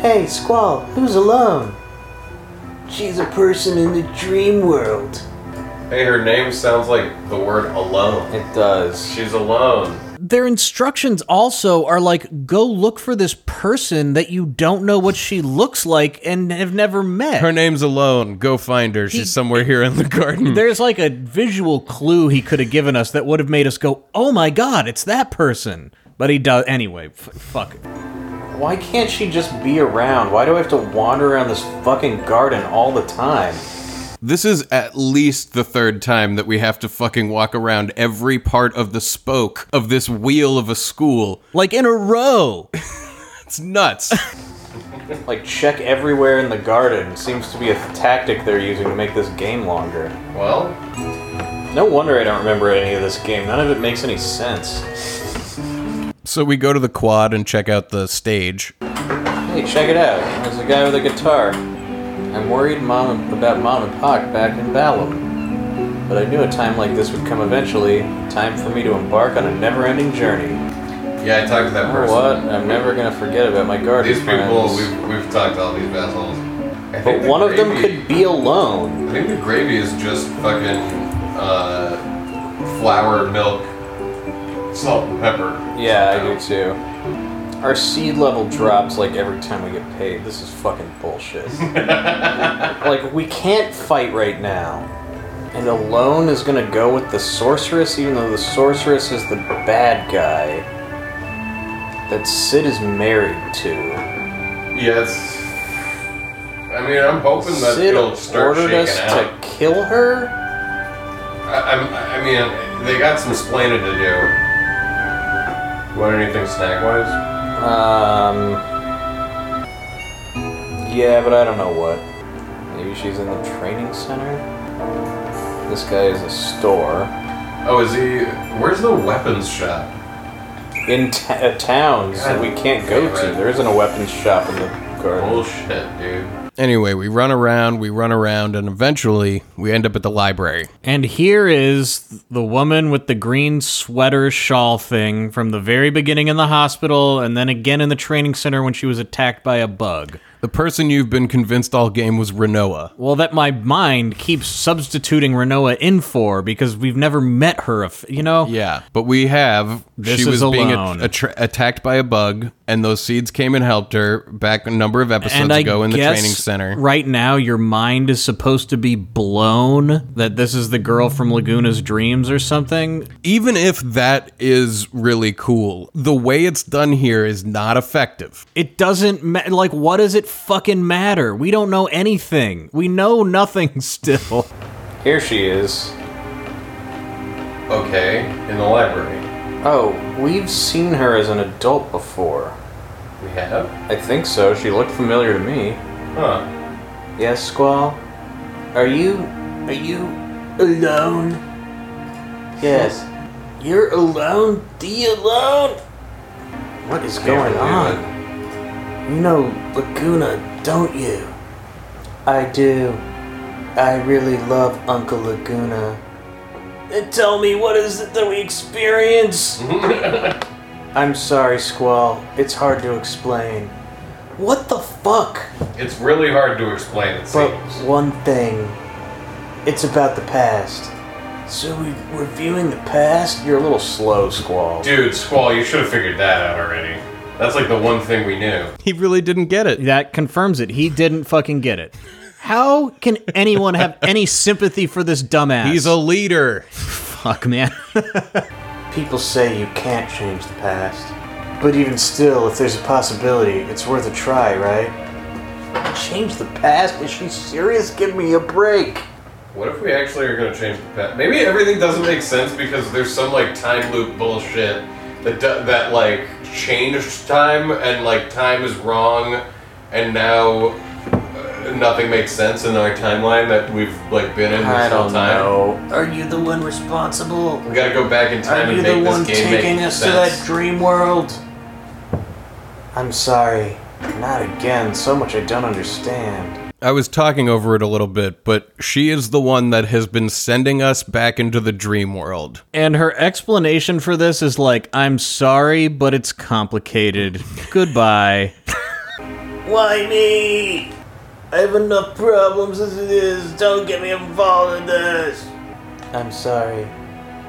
Speaker 3: Hey, Squall, who's alone? She's a person in the dream world.
Speaker 4: Hey, her name sounds like the word alone.
Speaker 3: It does.
Speaker 4: She's alone.
Speaker 2: Their instructions also are like go look for this person that you don't know what she looks like and have never met.
Speaker 1: her name's alone. Go find her. She's somewhere here in the garden.
Speaker 2: There's like a visual clue he could have given us that would have made us go, "Oh my god, it's that person." But he does anyway. F- fuck it.
Speaker 3: Why can't she just be around? Why do I have to wander around this fucking garden all the time?
Speaker 1: This is at least the third time that we have to fucking walk around every part of the spoke of this wheel of a school.
Speaker 2: Like in a row.
Speaker 1: It's nuts. [LAUGHS]
Speaker 3: Like, check everywhere in the garden seems to be a tactic they're using to make this game longer.
Speaker 4: Well,
Speaker 3: No wonder I don't remember any of this game. None of it makes any sense.
Speaker 1: So we go to the quad and check out the stage.
Speaker 3: Hey, check it out. There's a guy with a guitar. I'm worried mom about mom and pop back in Ballum. But I knew a time like this would come eventually. Time for me to embark on a never-ending journey.
Speaker 4: yeah, I talked to that
Speaker 3: You know
Speaker 4: person.
Speaker 3: what? I'm never gonna forget about my garden
Speaker 4: These people,
Speaker 3: friends.
Speaker 4: we've, we've talked to all these assholes. I think
Speaker 3: but
Speaker 4: the
Speaker 3: one of them
Speaker 4: gravy-
Speaker 3: could be alone.
Speaker 4: I think the gravy is just fucking uh, flour, milk, salt, and pepper.
Speaker 3: Yeah, I do too. Our seed level drops like every time we get paid. This is fucking
Speaker 4: [LAUGHS]
Speaker 3: bullshit. like we can't fight right now. And alone is gonna go with the sorceress, even though the sorceress is the bad guy that Sid is married to.
Speaker 4: Yes. I mean, I'm hoping that
Speaker 3: Sid
Speaker 4: he'll start
Speaker 3: ordered
Speaker 4: shaking
Speaker 3: us to
Speaker 4: out.
Speaker 3: kill her?
Speaker 4: I, I'm, I mean, they got some splaining to do. Want anything snack wise?
Speaker 3: Um Yeah, but I don't know what. Maybe she's in the training center? This guy is a store.
Speaker 4: Oh, is he? Where's the weapons shop?
Speaker 3: in t- uh, towns that we can't go
Speaker 4: Yeah,
Speaker 3: to.
Speaker 4: right.
Speaker 3: There isn't a weapons shop in the garden.
Speaker 4: Bullshit, dude.
Speaker 1: Anyway, we run around, we run around, and eventually we end up at the library.
Speaker 2: And here is the woman with the green sweater shawl thing from the very beginning in the hospital and then again in the training center when she was attacked by a bug.
Speaker 1: The person you've been convinced all game was Renoa.
Speaker 2: Well, that my mind keeps substituting Renoa in for because we've never met her, of- you know?
Speaker 1: Yeah, but we have.
Speaker 2: This
Speaker 1: she was
Speaker 2: is
Speaker 1: being
Speaker 2: alone.
Speaker 1: a- attra- attacked by a bug, and those seeds came and helped her back a number of episodes
Speaker 2: And I
Speaker 1: ago in the
Speaker 2: guess
Speaker 1: training center.
Speaker 2: right now your mind is supposed to be blown that this is the girl from Laguna's dreams or something.
Speaker 1: Even if that is really cool, the way it's done here is not effective.
Speaker 2: It doesn't ma- like what does it fucking matter? We don't know anything. We know nothing [LAUGHS] still.
Speaker 3: Here she is.
Speaker 4: Okay, in the library.
Speaker 3: Oh, we've seen her as an adult before.
Speaker 4: We have?
Speaker 3: I think so. She looked familiar to me.
Speaker 4: Huh.
Speaker 3: Yes, Squall. Are you? Are you alone? Yes. You're alone. The alone. What is going
Speaker 4: believe
Speaker 3: on? You know Laguna, don't you? I do. I really love Uncle Laguna. And tell me, what is it that we experience? I'm sorry, Squall. It's hard to explain. What the fuck?
Speaker 4: It's really hard to explain, it
Speaker 3: But
Speaker 4: seems.
Speaker 3: one thing, it's about the past. So we, we're viewing the past? You're a little slow, Squall.
Speaker 4: Dude, Squall, you should have figured that out already. That's like the one thing we knew.
Speaker 1: He really didn't get it.
Speaker 2: That confirms it. He didn't fucking get it. How can
Speaker 1: [LAUGHS]
Speaker 2: anyone have any sympathy for this dumbass?
Speaker 1: He's a leader.
Speaker 2: fuck, man.
Speaker 3: [LAUGHS] People say you can't change the past. But even still, if there's a possibility, it's worth a try, right? Change the past? Is she serious? Give me a break.
Speaker 4: What if we actually are going to change the pet? Maybe everything doesn't make sense because there's some like time loop bullshit that do- that like changed time and like time is wrong, and now uh, nothing makes sense in our timeline that we've like been in this
Speaker 3: I
Speaker 4: whole
Speaker 3: don't
Speaker 4: time.
Speaker 3: know. Are you the one responsible?
Speaker 4: We got to go back in time
Speaker 3: Are you
Speaker 4: and
Speaker 3: the
Speaker 4: make
Speaker 3: one
Speaker 4: this game make
Speaker 3: taking us
Speaker 4: sense.
Speaker 3: to that dream world? I'm sorry. Not again. So much I don't understand.
Speaker 1: I was talking over it a little bit, but she is the one that has been sending us back into the dream world.
Speaker 2: And her explanation for this is like, I'm sorry, but it's complicated. Goodbye.
Speaker 3: Why me? I have enough problems as it is. Don't get me involved in this. I'm sorry.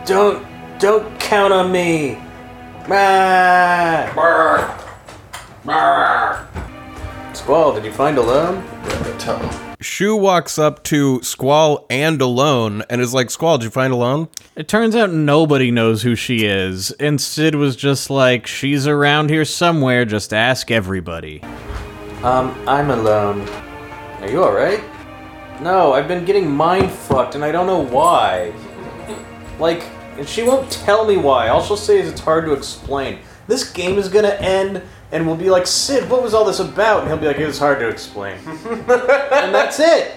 Speaker 3: Don't don't count on me. Ah! Squall, did you find alone?
Speaker 1: Shu walks up to Squall and Alone and is like, Squall, did you find Alone?
Speaker 2: It turns out nobody knows who she is, and Sid was just like, she's around here somewhere, just ask everybody.
Speaker 3: Um, I'm alone. Are you alright? No, I've been getting mind fucked and I don't know why. Like, and she won't tell me why. All she'll say is it's hard to explain. This game is gonna end and we'll be like, Sid, what was all this about? And he'll be like, it was hard to explain. and that's it.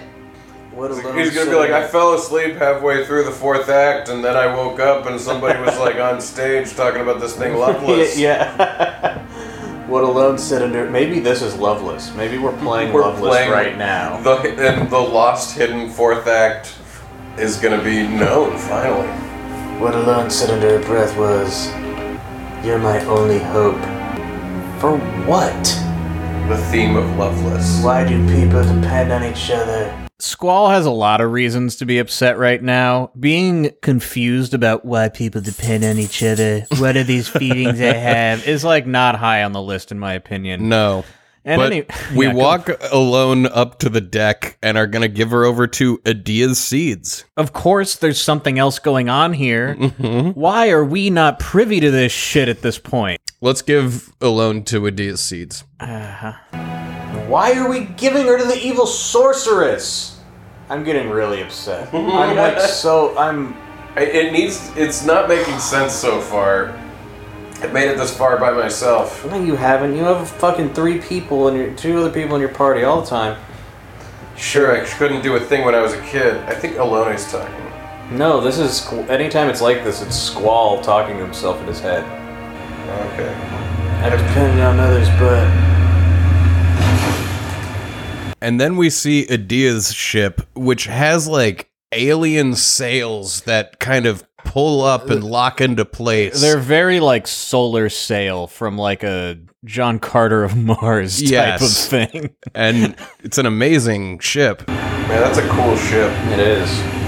Speaker 3: What a lone
Speaker 4: He's gonna be
Speaker 3: soul.
Speaker 4: like, I fell asleep halfway through the fourth act, and then I woke up, and somebody was like on stage talking about this
Speaker 3: [LAUGHS]
Speaker 4: thing, Loveless.
Speaker 3: yeah. yeah. [LAUGHS] what a lone senator. Maybe this is Loveless. Maybe we're playing
Speaker 4: We're
Speaker 3: Loveless
Speaker 4: playing-
Speaker 3: right now.
Speaker 4: The, and the lost, hidden fourth act is gonna be known finally.
Speaker 3: What a lone sit under her breath was. You're my only hope. For what?
Speaker 4: The theme of Loveless.
Speaker 3: Why do people depend on each other?
Speaker 2: Squall has a lot of reasons to be upset right now. Being confused about why people depend on each other, what are these feelings I have, is like not high on the list, in my opinion.
Speaker 1: No.
Speaker 2: And
Speaker 1: but
Speaker 2: any-
Speaker 1: we
Speaker 2: Yeah, go-
Speaker 1: walk alone up to the deck and are going to give her over to Adia's seeds.
Speaker 2: Of course, there's something else going on here.
Speaker 1: Mm-hmm.
Speaker 2: Why are we not privy to this shit at this point?
Speaker 1: Let's give alone to Adia's seeds.
Speaker 3: Why are we giving her to the evil sorceress? I'm getting really upset. I'm
Speaker 1: [LAUGHS]
Speaker 3: like so. I'm.
Speaker 4: I- It needs. It's not making sense so far. I made it this far by myself.
Speaker 3: No, you haven't. You have fucking three people and your two other people in your party all the time.
Speaker 4: Sure, I couldn't do a thing when I was a kid. I think Alone's talking.
Speaker 3: No, this is. Squ- Anytime it's like this, it's Squall talking to himself in his head.
Speaker 4: Okay.
Speaker 3: I depend on others, but
Speaker 1: And then we see Adia's ship, which has like alien sails that kind of pull up and lock into place.
Speaker 2: They're very like solar sail from like a John Carter of Mars type
Speaker 1: Yes.
Speaker 2: of thing.
Speaker 1: and it's an amazing ship.
Speaker 4: Man, that's a cool ship.
Speaker 3: it is.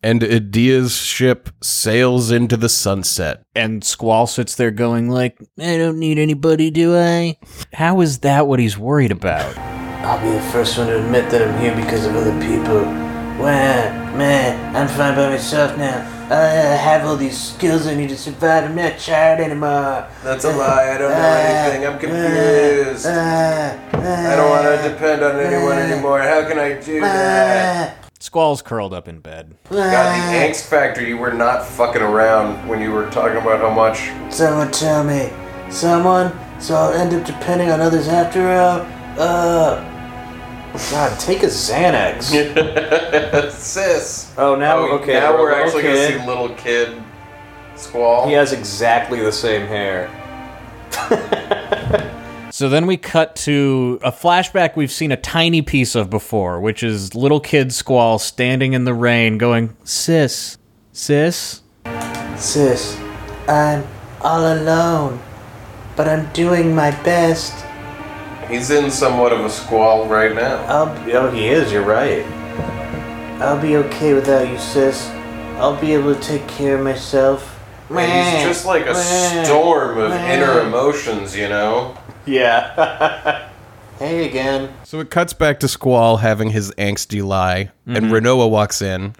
Speaker 1: And Adia's ship sails into the sunset.
Speaker 2: [LAUGHS] And Squall sits there going like, I don't need anybody, do I? How is that what he's worried about?
Speaker 3: [LAUGHS] I'll be the first one to admit that I'm here because of other people. Wow, man, I'm fine by myself now. I have all these skills I need to survive. I'm not a child anymore.
Speaker 4: That's a lie. I don't know
Speaker 3: Uh,
Speaker 4: anything. I'm confused. I don't want
Speaker 3: uh,
Speaker 4: to depend on anyone anymore. How can I do that?
Speaker 2: Squall's curled up in bed.
Speaker 3: uh,
Speaker 4: God, the angst factor. You were not fucking around when you were talking about how much.
Speaker 3: Someone tell me. Someone? So I'll end up depending on others after all? Uh. God, take a Xanax.
Speaker 4: Sis.
Speaker 3: oh, now,
Speaker 4: Oh,
Speaker 3: okay.
Speaker 4: Now we're
Speaker 3: little
Speaker 4: actually
Speaker 3: kid.
Speaker 4: gonna see little kid squall.
Speaker 3: He has exactly the same hair.
Speaker 2: So then we cut to a flashback we've seen a tiny piece of before, which is little kid Squall standing in the rain going, Sis, sis.
Speaker 3: Sis, I'm all alone, but I'm doing my best.
Speaker 4: He's in somewhat of a squall right now.
Speaker 3: I'll be, oh, he is, you're right. I'll be okay without you, sis. I'll be able to take care of myself.
Speaker 4: And he's just like a storm of inner emotions, you know?
Speaker 3: Yeah. [LAUGHS] hey again.
Speaker 1: So it cuts back to Squall having his angsty lie, and Renoa walks in.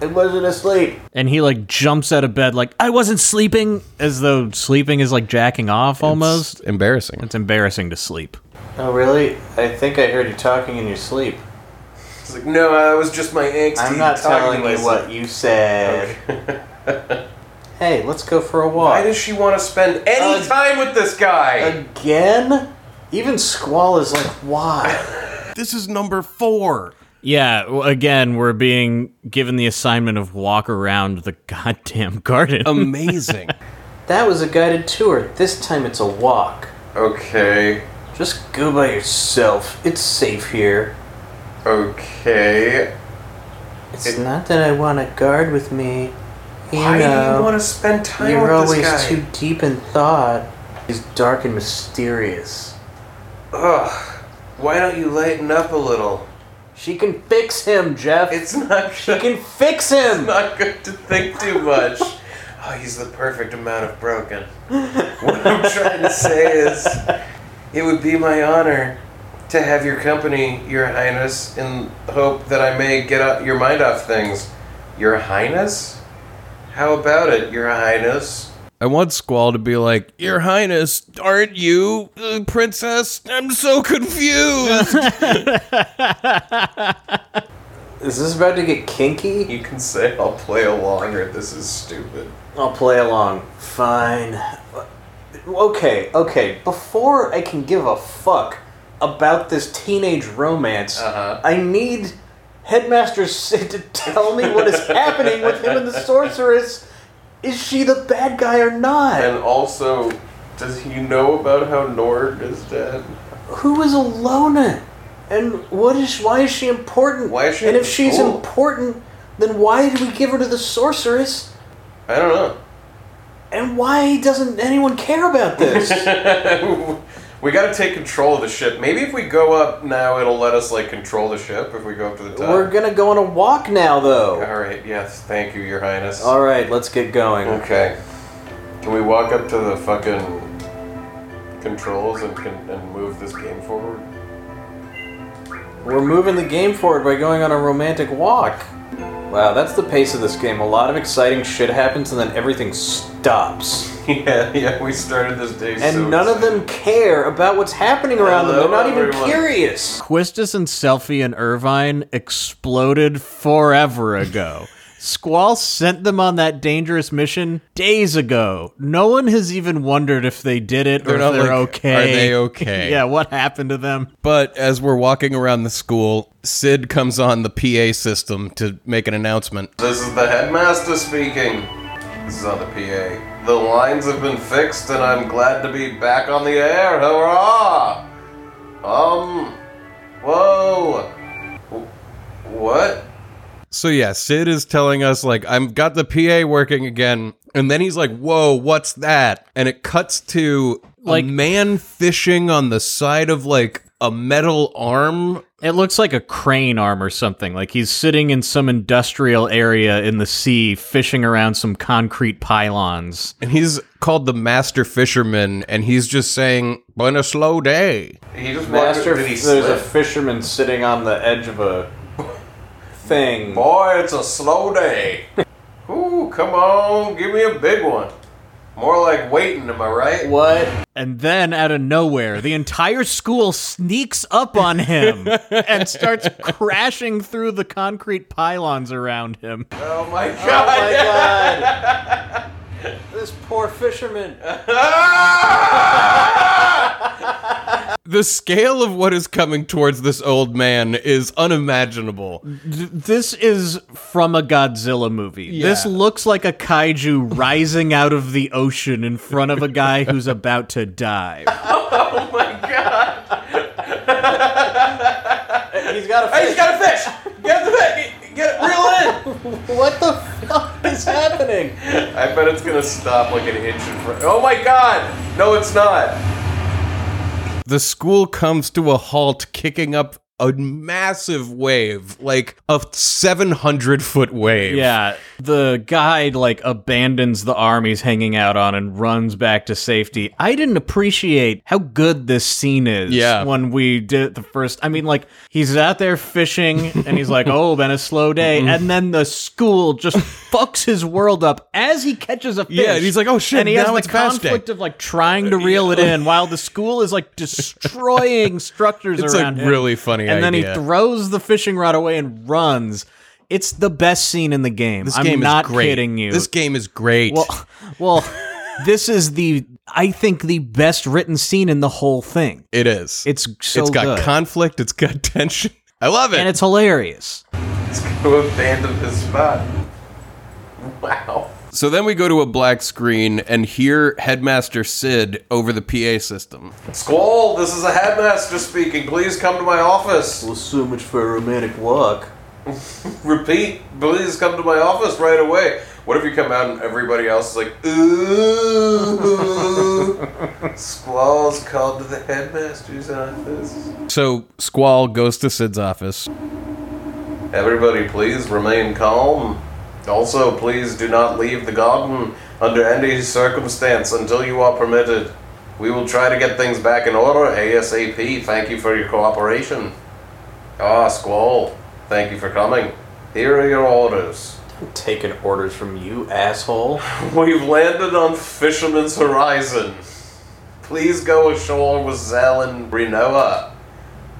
Speaker 3: It wasn't asleep.
Speaker 2: And he like jumps out of bed like, I wasn't sleeping, as though sleeping is like jacking off almost.
Speaker 1: It's embarrassing.
Speaker 2: It's embarrassing to sleep.
Speaker 3: Oh, really? I think I heard you talking in your sleep.
Speaker 4: It's like, no, I was just my angsty.
Speaker 3: I'm not telling
Speaker 4: talking
Speaker 3: you
Speaker 4: voice."
Speaker 3: what you said. hey, let's go for a walk.
Speaker 4: Why does she want to spend any
Speaker 3: Uh,
Speaker 4: time with this guy?
Speaker 3: Again? Even Squall is like, why?
Speaker 1: This is number four.
Speaker 2: Yeah, w- again, we're being given the assignment of walk around the [LAUGHS] goddamn garden.
Speaker 1: Um, [LAUGHS] Amazing.
Speaker 3: that was a guided tour. This time it's a walk.
Speaker 4: okay,
Speaker 3: Just go by yourself. It's safe here.
Speaker 4: okay.
Speaker 3: It's
Speaker 4: It-
Speaker 3: not that I want a guard with me. You
Speaker 4: Why do
Speaker 3: know,
Speaker 4: you want to spend time
Speaker 3: you're
Speaker 4: with
Speaker 3: always
Speaker 4: this guy?
Speaker 3: too deep in thought. He's dark and mysterious.
Speaker 4: Ugh. Why don't you lighten up a little?
Speaker 3: She can fix him, Jeff.
Speaker 4: It's not. [LAUGHS]
Speaker 3: she can fix him.
Speaker 4: not good to think too much. Oh, he's the perfect amount of broken. What I'm trying to say is, it would be my honor to have your company, Your Highness, in hope that I may get o- your mind off things. Your Highness? How about it, Your Highness?
Speaker 1: I want Squall to be like, Your Highness, aren't you, uh, Princess? I'm so confused.
Speaker 3: Is this about to get kinky?
Speaker 4: You can say I'll play along or this is stupid.
Speaker 3: I'll play along. Fine. okay, okay. Before I can give a fuck about this teenage romance,
Speaker 4: Uh-huh.
Speaker 3: I need Headmaster Sid to tell me what is happening with him and the sorceress. Is she the bad guy or not?
Speaker 4: And also, does he know about how Nord is dead?
Speaker 3: Who is Alona? And what is? Why is she important?
Speaker 4: Why is she
Speaker 3: and
Speaker 4: in
Speaker 3: if she's
Speaker 4: school?
Speaker 3: important, then why did we give her to the sorceress?
Speaker 4: I don't know.
Speaker 3: And why doesn't anyone care about
Speaker 4: [LAUGHS]
Speaker 3: this?
Speaker 4: we gotta take control of the ship. Maybe if we go up now, it'll let us like control the ship if we go up to the top.
Speaker 3: We're gonna go on a walk now, though.
Speaker 4: All right. Yes. Thank you, Your Highness.
Speaker 3: All right, let's get going.
Speaker 4: Okay. Can we walk up to the fucking controls and can, and move this game forward? [LAUGHS]
Speaker 3: We're moving the game forward by going on a romantic walk. Wow, that's the pace of this game. A lot of exciting shit happens and then everything stops.
Speaker 4: yeah. Yeah. We started this day.
Speaker 3: And
Speaker 4: so
Speaker 3: none of them care about what's happening around them. They're
Speaker 4: Hello,
Speaker 3: not even
Speaker 4: everyone.
Speaker 3: curious.
Speaker 2: Quistis and Selfie and Irvine exploded forever
Speaker 3: [LAUGHS]
Speaker 2: ago. Squall sent them on that dangerous mission days ago. No one has even wondered if they did it
Speaker 1: They're
Speaker 2: or
Speaker 1: not
Speaker 2: if they're
Speaker 1: like,
Speaker 2: okay.
Speaker 1: "Are they okay?"
Speaker 2: yeah, what happened to them?
Speaker 1: But as we're walking around the school, Sid comes on the PA system to make an announcement.
Speaker 4: This is the headmaster speaking. This is on the PA. The lines have been fixed, and I'm glad to be back on the air. Hurrah! Um, whoa. Wh- What?
Speaker 1: So yeah, Sid is telling us like I'm got the PA working again, and then he's like, "Whoa, what's that?" And it cuts to like
Speaker 2: Like-
Speaker 1: a man fishing on the side of like a metal arm.
Speaker 2: It looks like a crane arm or something. Like he's sitting in some industrial area in the sea, fishing around some concrete pylons.
Speaker 1: And he's called the Master Fisherman, and he's just saying, "Been a slow day."
Speaker 4: He just
Speaker 3: Master,
Speaker 4: wondered, did he
Speaker 3: there's a
Speaker 4: slip?
Speaker 3: fisherman sitting on the edge of a thing.
Speaker 4: Boy, it's a slow day. Ooh, come on, give me a big one. More like waiting, am I right?
Speaker 3: What?
Speaker 2: And then out of nowhere, the entire school sneaks up on him and starts crashing through the concrete pylons around him.
Speaker 4: Oh my
Speaker 3: Oh
Speaker 4: god.
Speaker 3: my god!
Speaker 6: [LAUGHS]
Speaker 3: this poor fisherman.
Speaker 1: Ah! [LAUGHS] The scale of what is coming towards this old man is unimaginable.
Speaker 2: This is from a Godzilla movie. This looks like a kaiju rising out of the ocean in front of a guy who's about to dive.
Speaker 3: He's got a
Speaker 4: Hey,
Speaker 3: fish.
Speaker 4: he's got a fish! Get the fish! Get it, reel it
Speaker 3: What the fuck is happening?
Speaker 4: in! I bet it's gonna stop like an inch in front. Oh my god! No, it's not!
Speaker 1: The school comes to a halt, kicking up a massive wave, like a 700 foot wave.
Speaker 2: Yeah, the guy like abandons the arm he's hanging out on and runs back to safety. I didn't appreciate how good this scene is.
Speaker 1: Yeah.
Speaker 2: when we did it the first, I mean, like he's out there fishing and he's like, "Oh, been a slow day,"
Speaker 1: Mm-hmm.
Speaker 2: and then the
Speaker 1: [LAUGHS]
Speaker 2: school just fucks his world up as he catches a fish.
Speaker 1: Yeah, and he's like, "Oh, shit,
Speaker 2: And he
Speaker 1: now
Speaker 2: has
Speaker 1: it's
Speaker 2: the
Speaker 1: fast day."
Speaker 2: conflict of like trying to reel it in while the school is
Speaker 1: [LAUGHS]
Speaker 2: like destroying structures
Speaker 1: It's a
Speaker 2: around him.
Speaker 1: really funny
Speaker 2: And then he
Speaker 1: idea.
Speaker 2: throws the fishing rod away and runs. It's the best scene in the game.
Speaker 1: This
Speaker 2: I'm
Speaker 1: game
Speaker 2: not
Speaker 1: is great.
Speaker 2: kidding you.
Speaker 1: This game is great.
Speaker 2: well,
Speaker 3: [LAUGHS]
Speaker 2: well, this is the I think the best written scene in the whole thing.
Speaker 1: it
Speaker 2: [LAUGHS]
Speaker 1: is.
Speaker 2: It's so
Speaker 1: it's got
Speaker 2: good.
Speaker 1: conflict. It's got [LAUGHS] tension. I love it.
Speaker 2: and it's hilarious.
Speaker 4: He's gonna abandon his spot. Wow.
Speaker 1: so then we go to a black screen and hear Headmaster Sid over the PA system.
Speaker 4: Squall, this is a headmaster speaking. Please come to my office.
Speaker 7: Well, so much for a romantic walk.
Speaker 4: Repeat, please come to my office right away. What if you come out and everybody else is like,
Speaker 1: [LAUGHS]
Speaker 4: ooh, Squall's called to the headmaster's office.
Speaker 1: So Squall goes to Sid's office.
Speaker 4: Everybody, please [LAUGHS] remain calm. Also, please do not leave the garden under any circumstance until you are permitted. We will try to get things back in order ASAP. Thank you for your cooperation. Ah, Squall, thank you for coming. Here are your orders.
Speaker 3: I'm taking orders from you, asshole.
Speaker 4: We've landed on Fisherman's Horizon. Please go ashore with Zell and Renoa.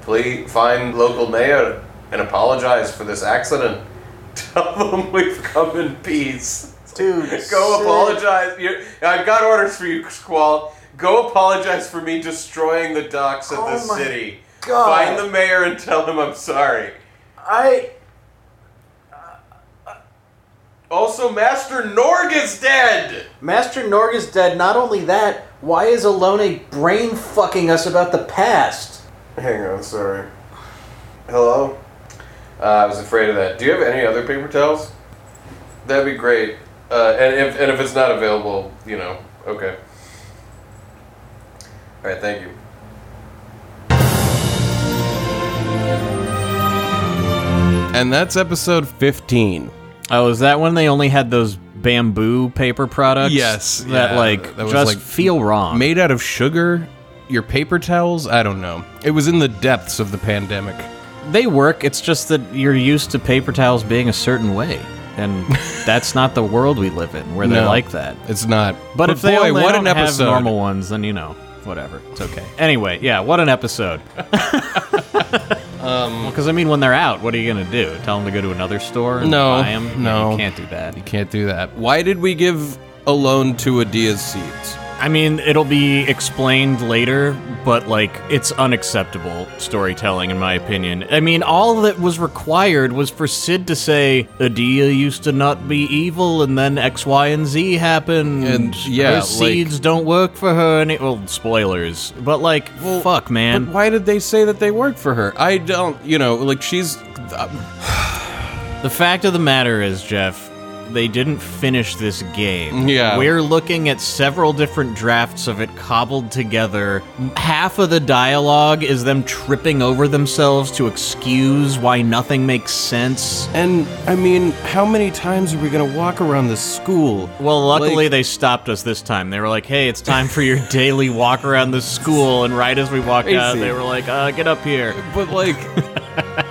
Speaker 4: Please find local mayor and apologize for this accident. [LAUGHS] Tell [LAUGHS] them we've come in peace.
Speaker 3: Dude, [LAUGHS]
Speaker 4: Go apologize. You're, I've got orders for you, Squall.
Speaker 1: Go apologize for me destroying the docks of
Speaker 8: Oh
Speaker 1: this
Speaker 8: my
Speaker 1: city.
Speaker 8: God.
Speaker 1: Find the mayor and tell him I'm sorry.
Speaker 8: I.
Speaker 1: Also, Master Norg is dead.
Speaker 6: Master Norg is dead. Not only that, why is Alone brain fucking us about the past?
Speaker 4: Hang on, sorry. Hello? Uh, I was afraid of that. Do you have any other paper towels? That'd be great. Uh, and, if, and if it's not available, you know, okay. Alright, thank you.
Speaker 1: And that's episode 15.
Speaker 3: Oh, is that when they only had those bamboo paper products?
Speaker 1: Yes,
Speaker 3: That
Speaker 1: yeah,
Speaker 3: like
Speaker 1: that was,
Speaker 3: just
Speaker 1: like,
Speaker 3: feel wrong.
Speaker 1: Made out of sugar? Your paper towels? I don't know. It was in the depths of the pandemic.
Speaker 3: they work. It's just that you're used to paper towels being a certain way,
Speaker 2: [LAUGHS]
Speaker 3: and that's not the world we live in where they're
Speaker 1: No.
Speaker 3: like that.
Speaker 1: It's not.
Speaker 3: But if they
Speaker 1: boy,
Speaker 3: only
Speaker 1: what
Speaker 3: don't
Speaker 1: an
Speaker 3: have
Speaker 1: episode!
Speaker 3: normal ones, then you know, whatever. It's okay. Anyway, yeah, what an episode. [LAUGHS] um, because I mean, when they're out, what are you gonna do? Tell them to go to another store? And
Speaker 1: No,
Speaker 3: buy 'em?
Speaker 1: no.
Speaker 3: you can't do that.
Speaker 1: Can't do that. Why did we give a loan to Adia's seeds?
Speaker 3: I mean, it'll be explained later, but like, it's unacceptable storytelling, in my opinion. I mean, all that was required was for Sid to say, Adia used to not be evil, and then X, Y, and Z happened.
Speaker 1: And, yeah,
Speaker 3: her
Speaker 1: like-
Speaker 3: seeds don't work for her, and it, well, spoilers. But like, fuck, man.
Speaker 1: But why did they say that they worked for her? I don't, you know, like she's.
Speaker 3: The fact of the matter is, Jeff, they didn't finish this game.
Speaker 1: Yeah.
Speaker 3: We're looking at several different drafts of it cobbled together. Half of the dialogue is them tripping over themselves to excuse why nothing makes sense.
Speaker 1: And I mean, how many times are we gonna walk around the school?
Speaker 3: Well, luckily
Speaker 1: Like-
Speaker 3: they stopped us this time. They were like, "Hey, it's time
Speaker 1: [LAUGHS]
Speaker 3: for your daily walk around the school." And right as we walked out,
Speaker 1: Crazy.
Speaker 3: they were like, uh, "Get up here."
Speaker 1: But like, [LAUGHS]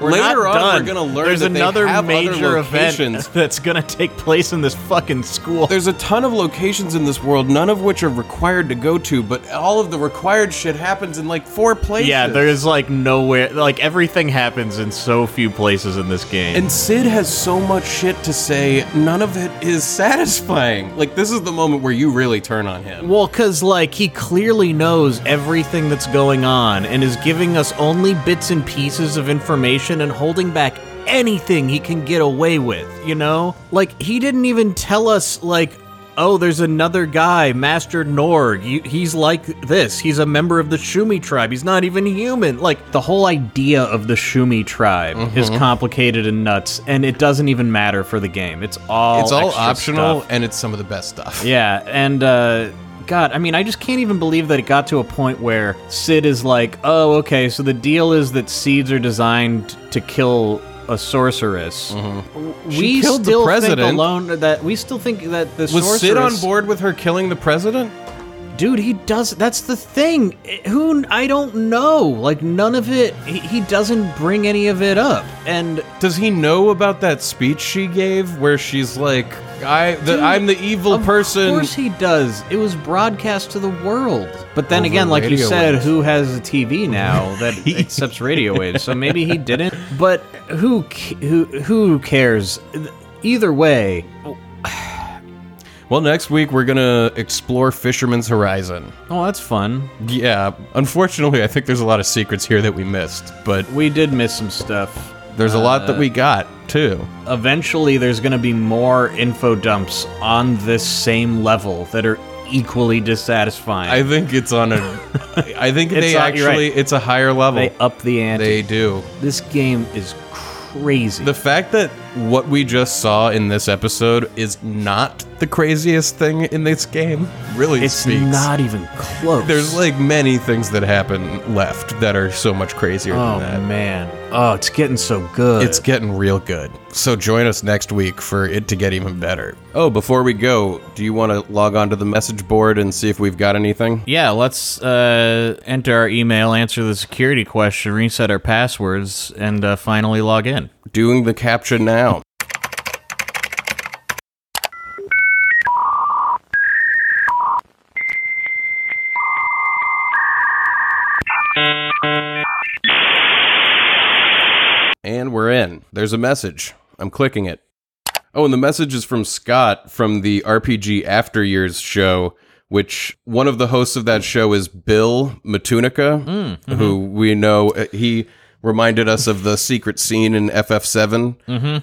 Speaker 3: We're
Speaker 1: Later on,
Speaker 3: not
Speaker 1: we're
Speaker 3: done.
Speaker 1: gonna learn
Speaker 3: There's
Speaker 1: that they
Speaker 3: another
Speaker 1: have other
Speaker 3: major
Speaker 1: locations.
Speaker 3: event [LAUGHS] that's gonna take place in this fucking school.
Speaker 1: there's a ton of locations in this world, none of which are required to go to, but all of the required shit happens in like four places.
Speaker 3: Yeah, there is like nowhere. Like everything happens in so few places in this game.
Speaker 1: And Sid has so much shit to say, none of it is satisfying. Like, this is the moment where you really turn on him.
Speaker 3: well, because like he clearly knows everything that's going on and is giving us only bits and pieces of information and holding back anything he can get away with, you know? Like he didn't even tell us, like, oh, there's another guy, Master Norg. You, he's like this. He's a member of the Shumi tribe. He's not even human. Like, the whole idea of the Shumi tribe is
Speaker 1: Mm-hmm.
Speaker 3: complicated and nuts, and it doesn't even matter for the game. It's all
Speaker 1: It's all
Speaker 3: extra
Speaker 1: optional,
Speaker 3: stuff.
Speaker 1: and it's some of the best stuff.
Speaker 3: Yeah, and uh, God, I mean, I just can't even believe that it got to a point where Sid is like, "Oh, okay, so the deal is that seeds are designed to kill a sorceress." We
Speaker 1: Mm-hmm. killed the
Speaker 3: still
Speaker 1: president.
Speaker 3: think alone that we still think that the
Speaker 1: Was
Speaker 3: sorceress
Speaker 1: Sid on board with her killing the president?
Speaker 3: dude he does that's the thing It- who i don't know like none of it he, he doesn't bring any of it up and
Speaker 1: Does he know about that speech she gave where she's like, I, the,
Speaker 3: Dude,
Speaker 1: I'm the evil
Speaker 3: of
Speaker 1: person?
Speaker 3: course he does it was broadcast to the world but then
Speaker 1: Over
Speaker 3: again like you
Speaker 1: radio
Speaker 3: said
Speaker 1: waves.
Speaker 3: who has a tv [LAUGHS] now that accepts radio waves so maybe [LAUGHS] he didn't but who ca- who who cares either way
Speaker 1: Well, next week we're gonna explore Fisherman's Horizon.
Speaker 3: oh that's fun
Speaker 1: Yeah, unfortunately, I think there's a lot of secrets here that we missed, but
Speaker 3: we did miss some stuff
Speaker 1: there's a lot
Speaker 3: Uh,
Speaker 1: that we got too.
Speaker 3: eventually there's going to be more info dumps on this same level that are equally dissatisfying.
Speaker 1: I think it's on
Speaker 3: [LAUGHS]
Speaker 1: a. I think
Speaker 3: It's
Speaker 1: they
Speaker 3: on-
Speaker 1: actually
Speaker 3: you're
Speaker 1: it's a higher level.
Speaker 3: they up the ante.
Speaker 1: They do.
Speaker 3: this game is crazy.
Speaker 1: The fact that what we just saw in this episode is not the craziest thing in this game really
Speaker 3: it's
Speaker 1: speaks.
Speaker 3: not even close.
Speaker 1: There's like many things that happen left that are so much crazier
Speaker 3: oh
Speaker 1: than that.
Speaker 3: man, oh it's getting so good.
Speaker 1: It's getting real good. So join us next week for it to get even better. Oh, before we go, do you want to log on to the message board and see if we've got anything?
Speaker 3: yeah, let's uh, enter our email, answer the security question, reset our passwords, and uh, finally log in.
Speaker 1: Doing the capture now. And we're in. There's a message. I'm clicking it. Oh, and the message is from Scott from the RPG After Years show,
Speaker 4: which one of the hosts of that show is Bill Matunica, who we know uh, he reminded us of the secret scene in FF7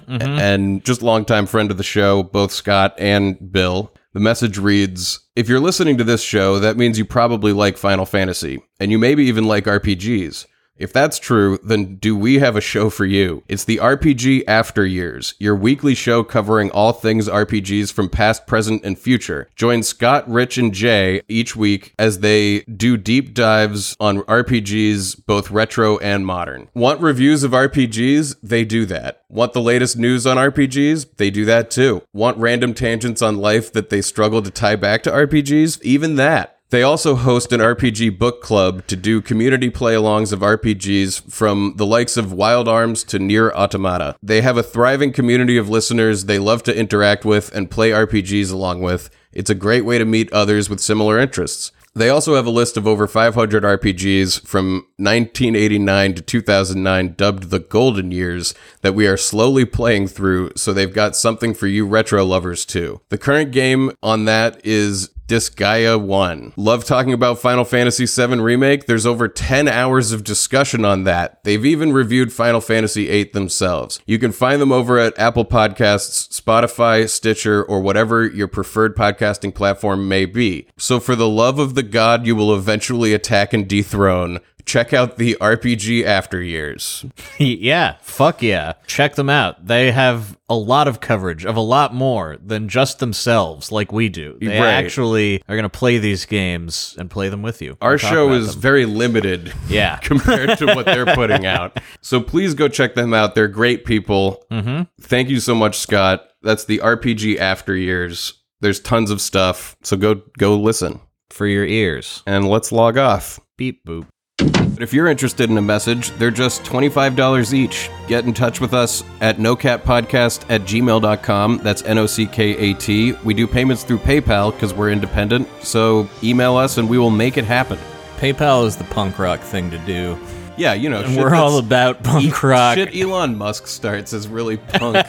Speaker 4: and just longtime friend of the show, both Scott and Bill. The message reads If you're listening to this show, that means you probably like Final Fantasy, and you maybe even like RPGs. If that's true, then do we have a show for you? It's the RPG After Years, your weekly show covering all things RPGs from past, present, and future. Join Scott, Rich, and Jay each week as they do deep dives on RPGs, both retro and modern. Want reviews of RPGs? They do that. Want the latest news on RPGs? They do that too. Want random tangents on life that they struggle to tie back to RPGs? Even that. They also host an RPG book club to do community play alongs of RPGs from the likes of Wild Arms to Near Automata. They have a thriving community of listeners they love to interact with and play RPGs along with. It's a great way to meet others with similar interests. They also have a list of over 500 RPGs from 1989 to 2009, dubbed the Golden Years, that we are slowly playing through, so they've got something for you retro lovers too. The current game on that is Disgaea 1. Love talking about Final Fantasy VII Remake. There's over 10 hours of discussion on that. They've even reviewed Final Fantasy VIII themselves. You can find them over at Apple Podcasts, Spotify, Stitcher, or whatever your preferred podcasting platform may be. So, for the love of the god you will eventually attack and dethrone, check out the RPG After Years.
Speaker 2: [LAUGHS] yeah, fuck yeah. Check them out. They have a lot of coverage of a lot more than just themselves, like we do. They
Speaker 4: Right.
Speaker 2: actually are going to play these games and play them with you.
Speaker 4: Our
Speaker 2: and talk
Speaker 4: show
Speaker 2: about
Speaker 4: is
Speaker 2: them.
Speaker 4: very limited.
Speaker 2: yeah.
Speaker 4: compared to
Speaker 2: [LAUGHS]
Speaker 4: what they're putting out. So please go check them out. They're great people. Mm-hmm. Thank you so much, Scott. That's the RPG After Years. There's tons of stuff. So go go listen
Speaker 2: For your ears.
Speaker 4: and let's log off.
Speaker 2: Beep boop.
Speaker 4: But if you're interested in a message, they're just $25 each. Get in touch with us at nocatpodcast at gmail.com. That's N O C K A T. We do payments through PayPal because we're independent. So email us and we will make it happen.
Speaker 2: PayPal is the punk rock thing to do.
Speaker 4: Yeah, you know,
Speaker 2: And
Speaker 4: shit
Speaker 2: we're all
Speaker 4: that's-
Speaker 2: about punk
Speaker 4: E-
Speaker 2: rock.
Speaker 4: Shit Elon Musk starts is really punk.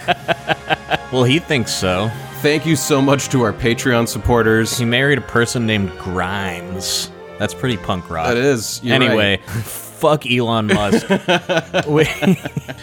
Speaker 2: Well, he thinks so.
Speaker 4: Thank you so much to our Patreon supporters.
Speaker 2: He married a person named Grimes. That's pretty punk rock.
Speaker 4: That is. you're
Speaker 2: anyway, [LAUGHS] fuck Elon
Speaker 4: [LAUGHS]
Speaker 2: Musk. We- [LAUGHS]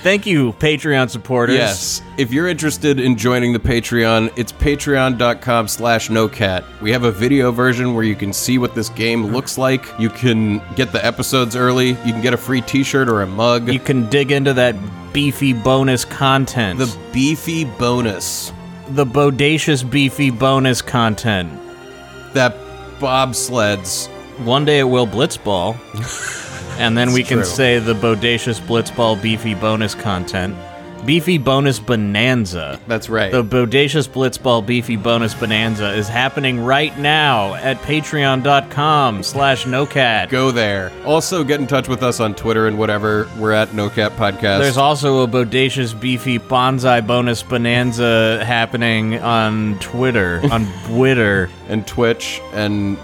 Speaker 2: Thank you, Patreon supporters.
Speaker 4: right. Yes. If you're interested in joining the Patreon, it's patreon.com slash nocat. We have a video version where you can see what this game looks like. You can get the episodes early. You can get a free t-shirt or a mug.
Speaker 2: You can dig into that beefy bonus content.
Speaker 4: the beefy bonus.
Speaker 2: the bodacious beefy bonus content.
Speaker 4: That bobsleds.
Speaker 2: One day it will
Speaker 4: [LAUGHS]
Speaker 2: blitzball. and then we can
Speaker 4: true.
Speaker 2: say the bodacious blitzball beefy bonus content. Beefy bonus bonanza.
Speaker 4: That's right.
Speaker 2: The Bodacious Blitzball Beefy Bonus Bonanza is happening right now at patreon.com slash nocat.
Speaker 4: Go there. Also, get in touch with us on Twitter and whatever. We're at nocat podcast.
Speaker 2: There's also a Bodacious Beefy Bonsai Bonus Bonanza happening on Twitter,
Speaker 4: [LAUGHS]
Speaker 2: on Twitter,
Speaker 4: and Twitch and uh,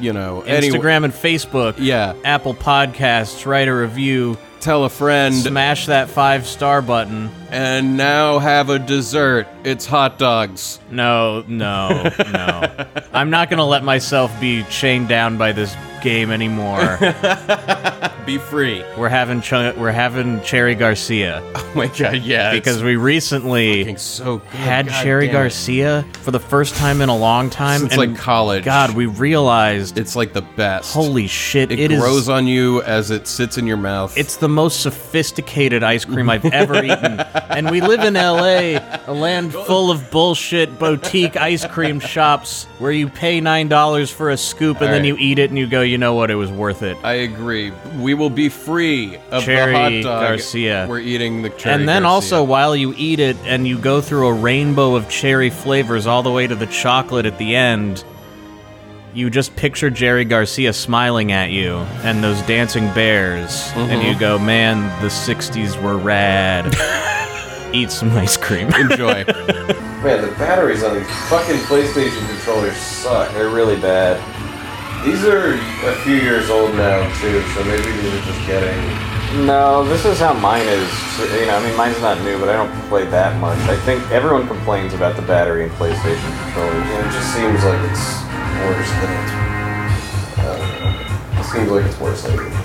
Speaker 4: you know Anyway,
Speaker 2: Instagram and Facebook.
Speaker 4: yeah,
Speaker 2: Apple Podcasts, write a review,
Speaker 4: tell a friend
Speaker 2: smash that five star button.
Speaker 4: and now have a dessert. It's hot dogs.
Speaker 2: No, no,
Speaker 4: [LAUGHS]
Speaker 2: no. I'm not going to let myself be chained down by this game anymore.
Speaker 4: [LAUGHS] Be free.
Speaker 2: We're having ch- we're having Cherry Garcia
Speaker 4: Oh my god, yeah.
Speaker 2: because
Speaker 4: it's
Speaker 2: we recently
Speaker 4: fucking so good.
Speaker 2: had
Speaker 4: God
Speaker 2: Cherry
Speaker 4: damn it.
Speaker 2: Garcia for the first time in a long time.
Speaker 4: It's
Speaker 2: and
Speaker 4: like college.
Speaker 2: God, we realized
Speaker 4: it's like the best.
Speaker 2: holy shit,
Speaker 4: it,
Speaker 2: it is-
Speaker 4: grows on you as it sits in your mouth.
Speaker 2: It's the most sophisticated ice cream I've ever eaten. And we live in LA, a land full of bullshit boutique ice cream shops where you pay $9 for a scoop and then
Speaker 4: Alright.
Speaker 2: you eat it and you go, you know what, it was worth it.
Speaker 4: I agree. We will be free of
Speaker 2: Cherry
Speaker 4: the hot dog.
Speaker 2: Garcia.
Speaker 4: We're eating the cherry.
Speaker 2: And then
Speaker 4: Garcia.
Speaker 2: also, while you eat it and you go through a rainbow of cherry flavors all the way to the chocolate at the end, you just picture Jerry Garcia smiling at you and those dancing bears, and you go, man, the 60s were rad. eat some ice cream.
Speaker 4: [LAUGHS] enjoy.
Speaker 9: Man, the batteries on these fucking PlayStation controllers suck. They're really bad. These are a few years old now, too, so maybe these are just getting.
Speaker 3: No, this is how mine is. So, You know, I mean, mine's not new, but I don't play that much. I think everyone complains about the battery in PlayStation controllers.
Speaker 9: It just seems like it's
Speaker 4: worse than it. I don't know. It uh, seems like it's worse lately.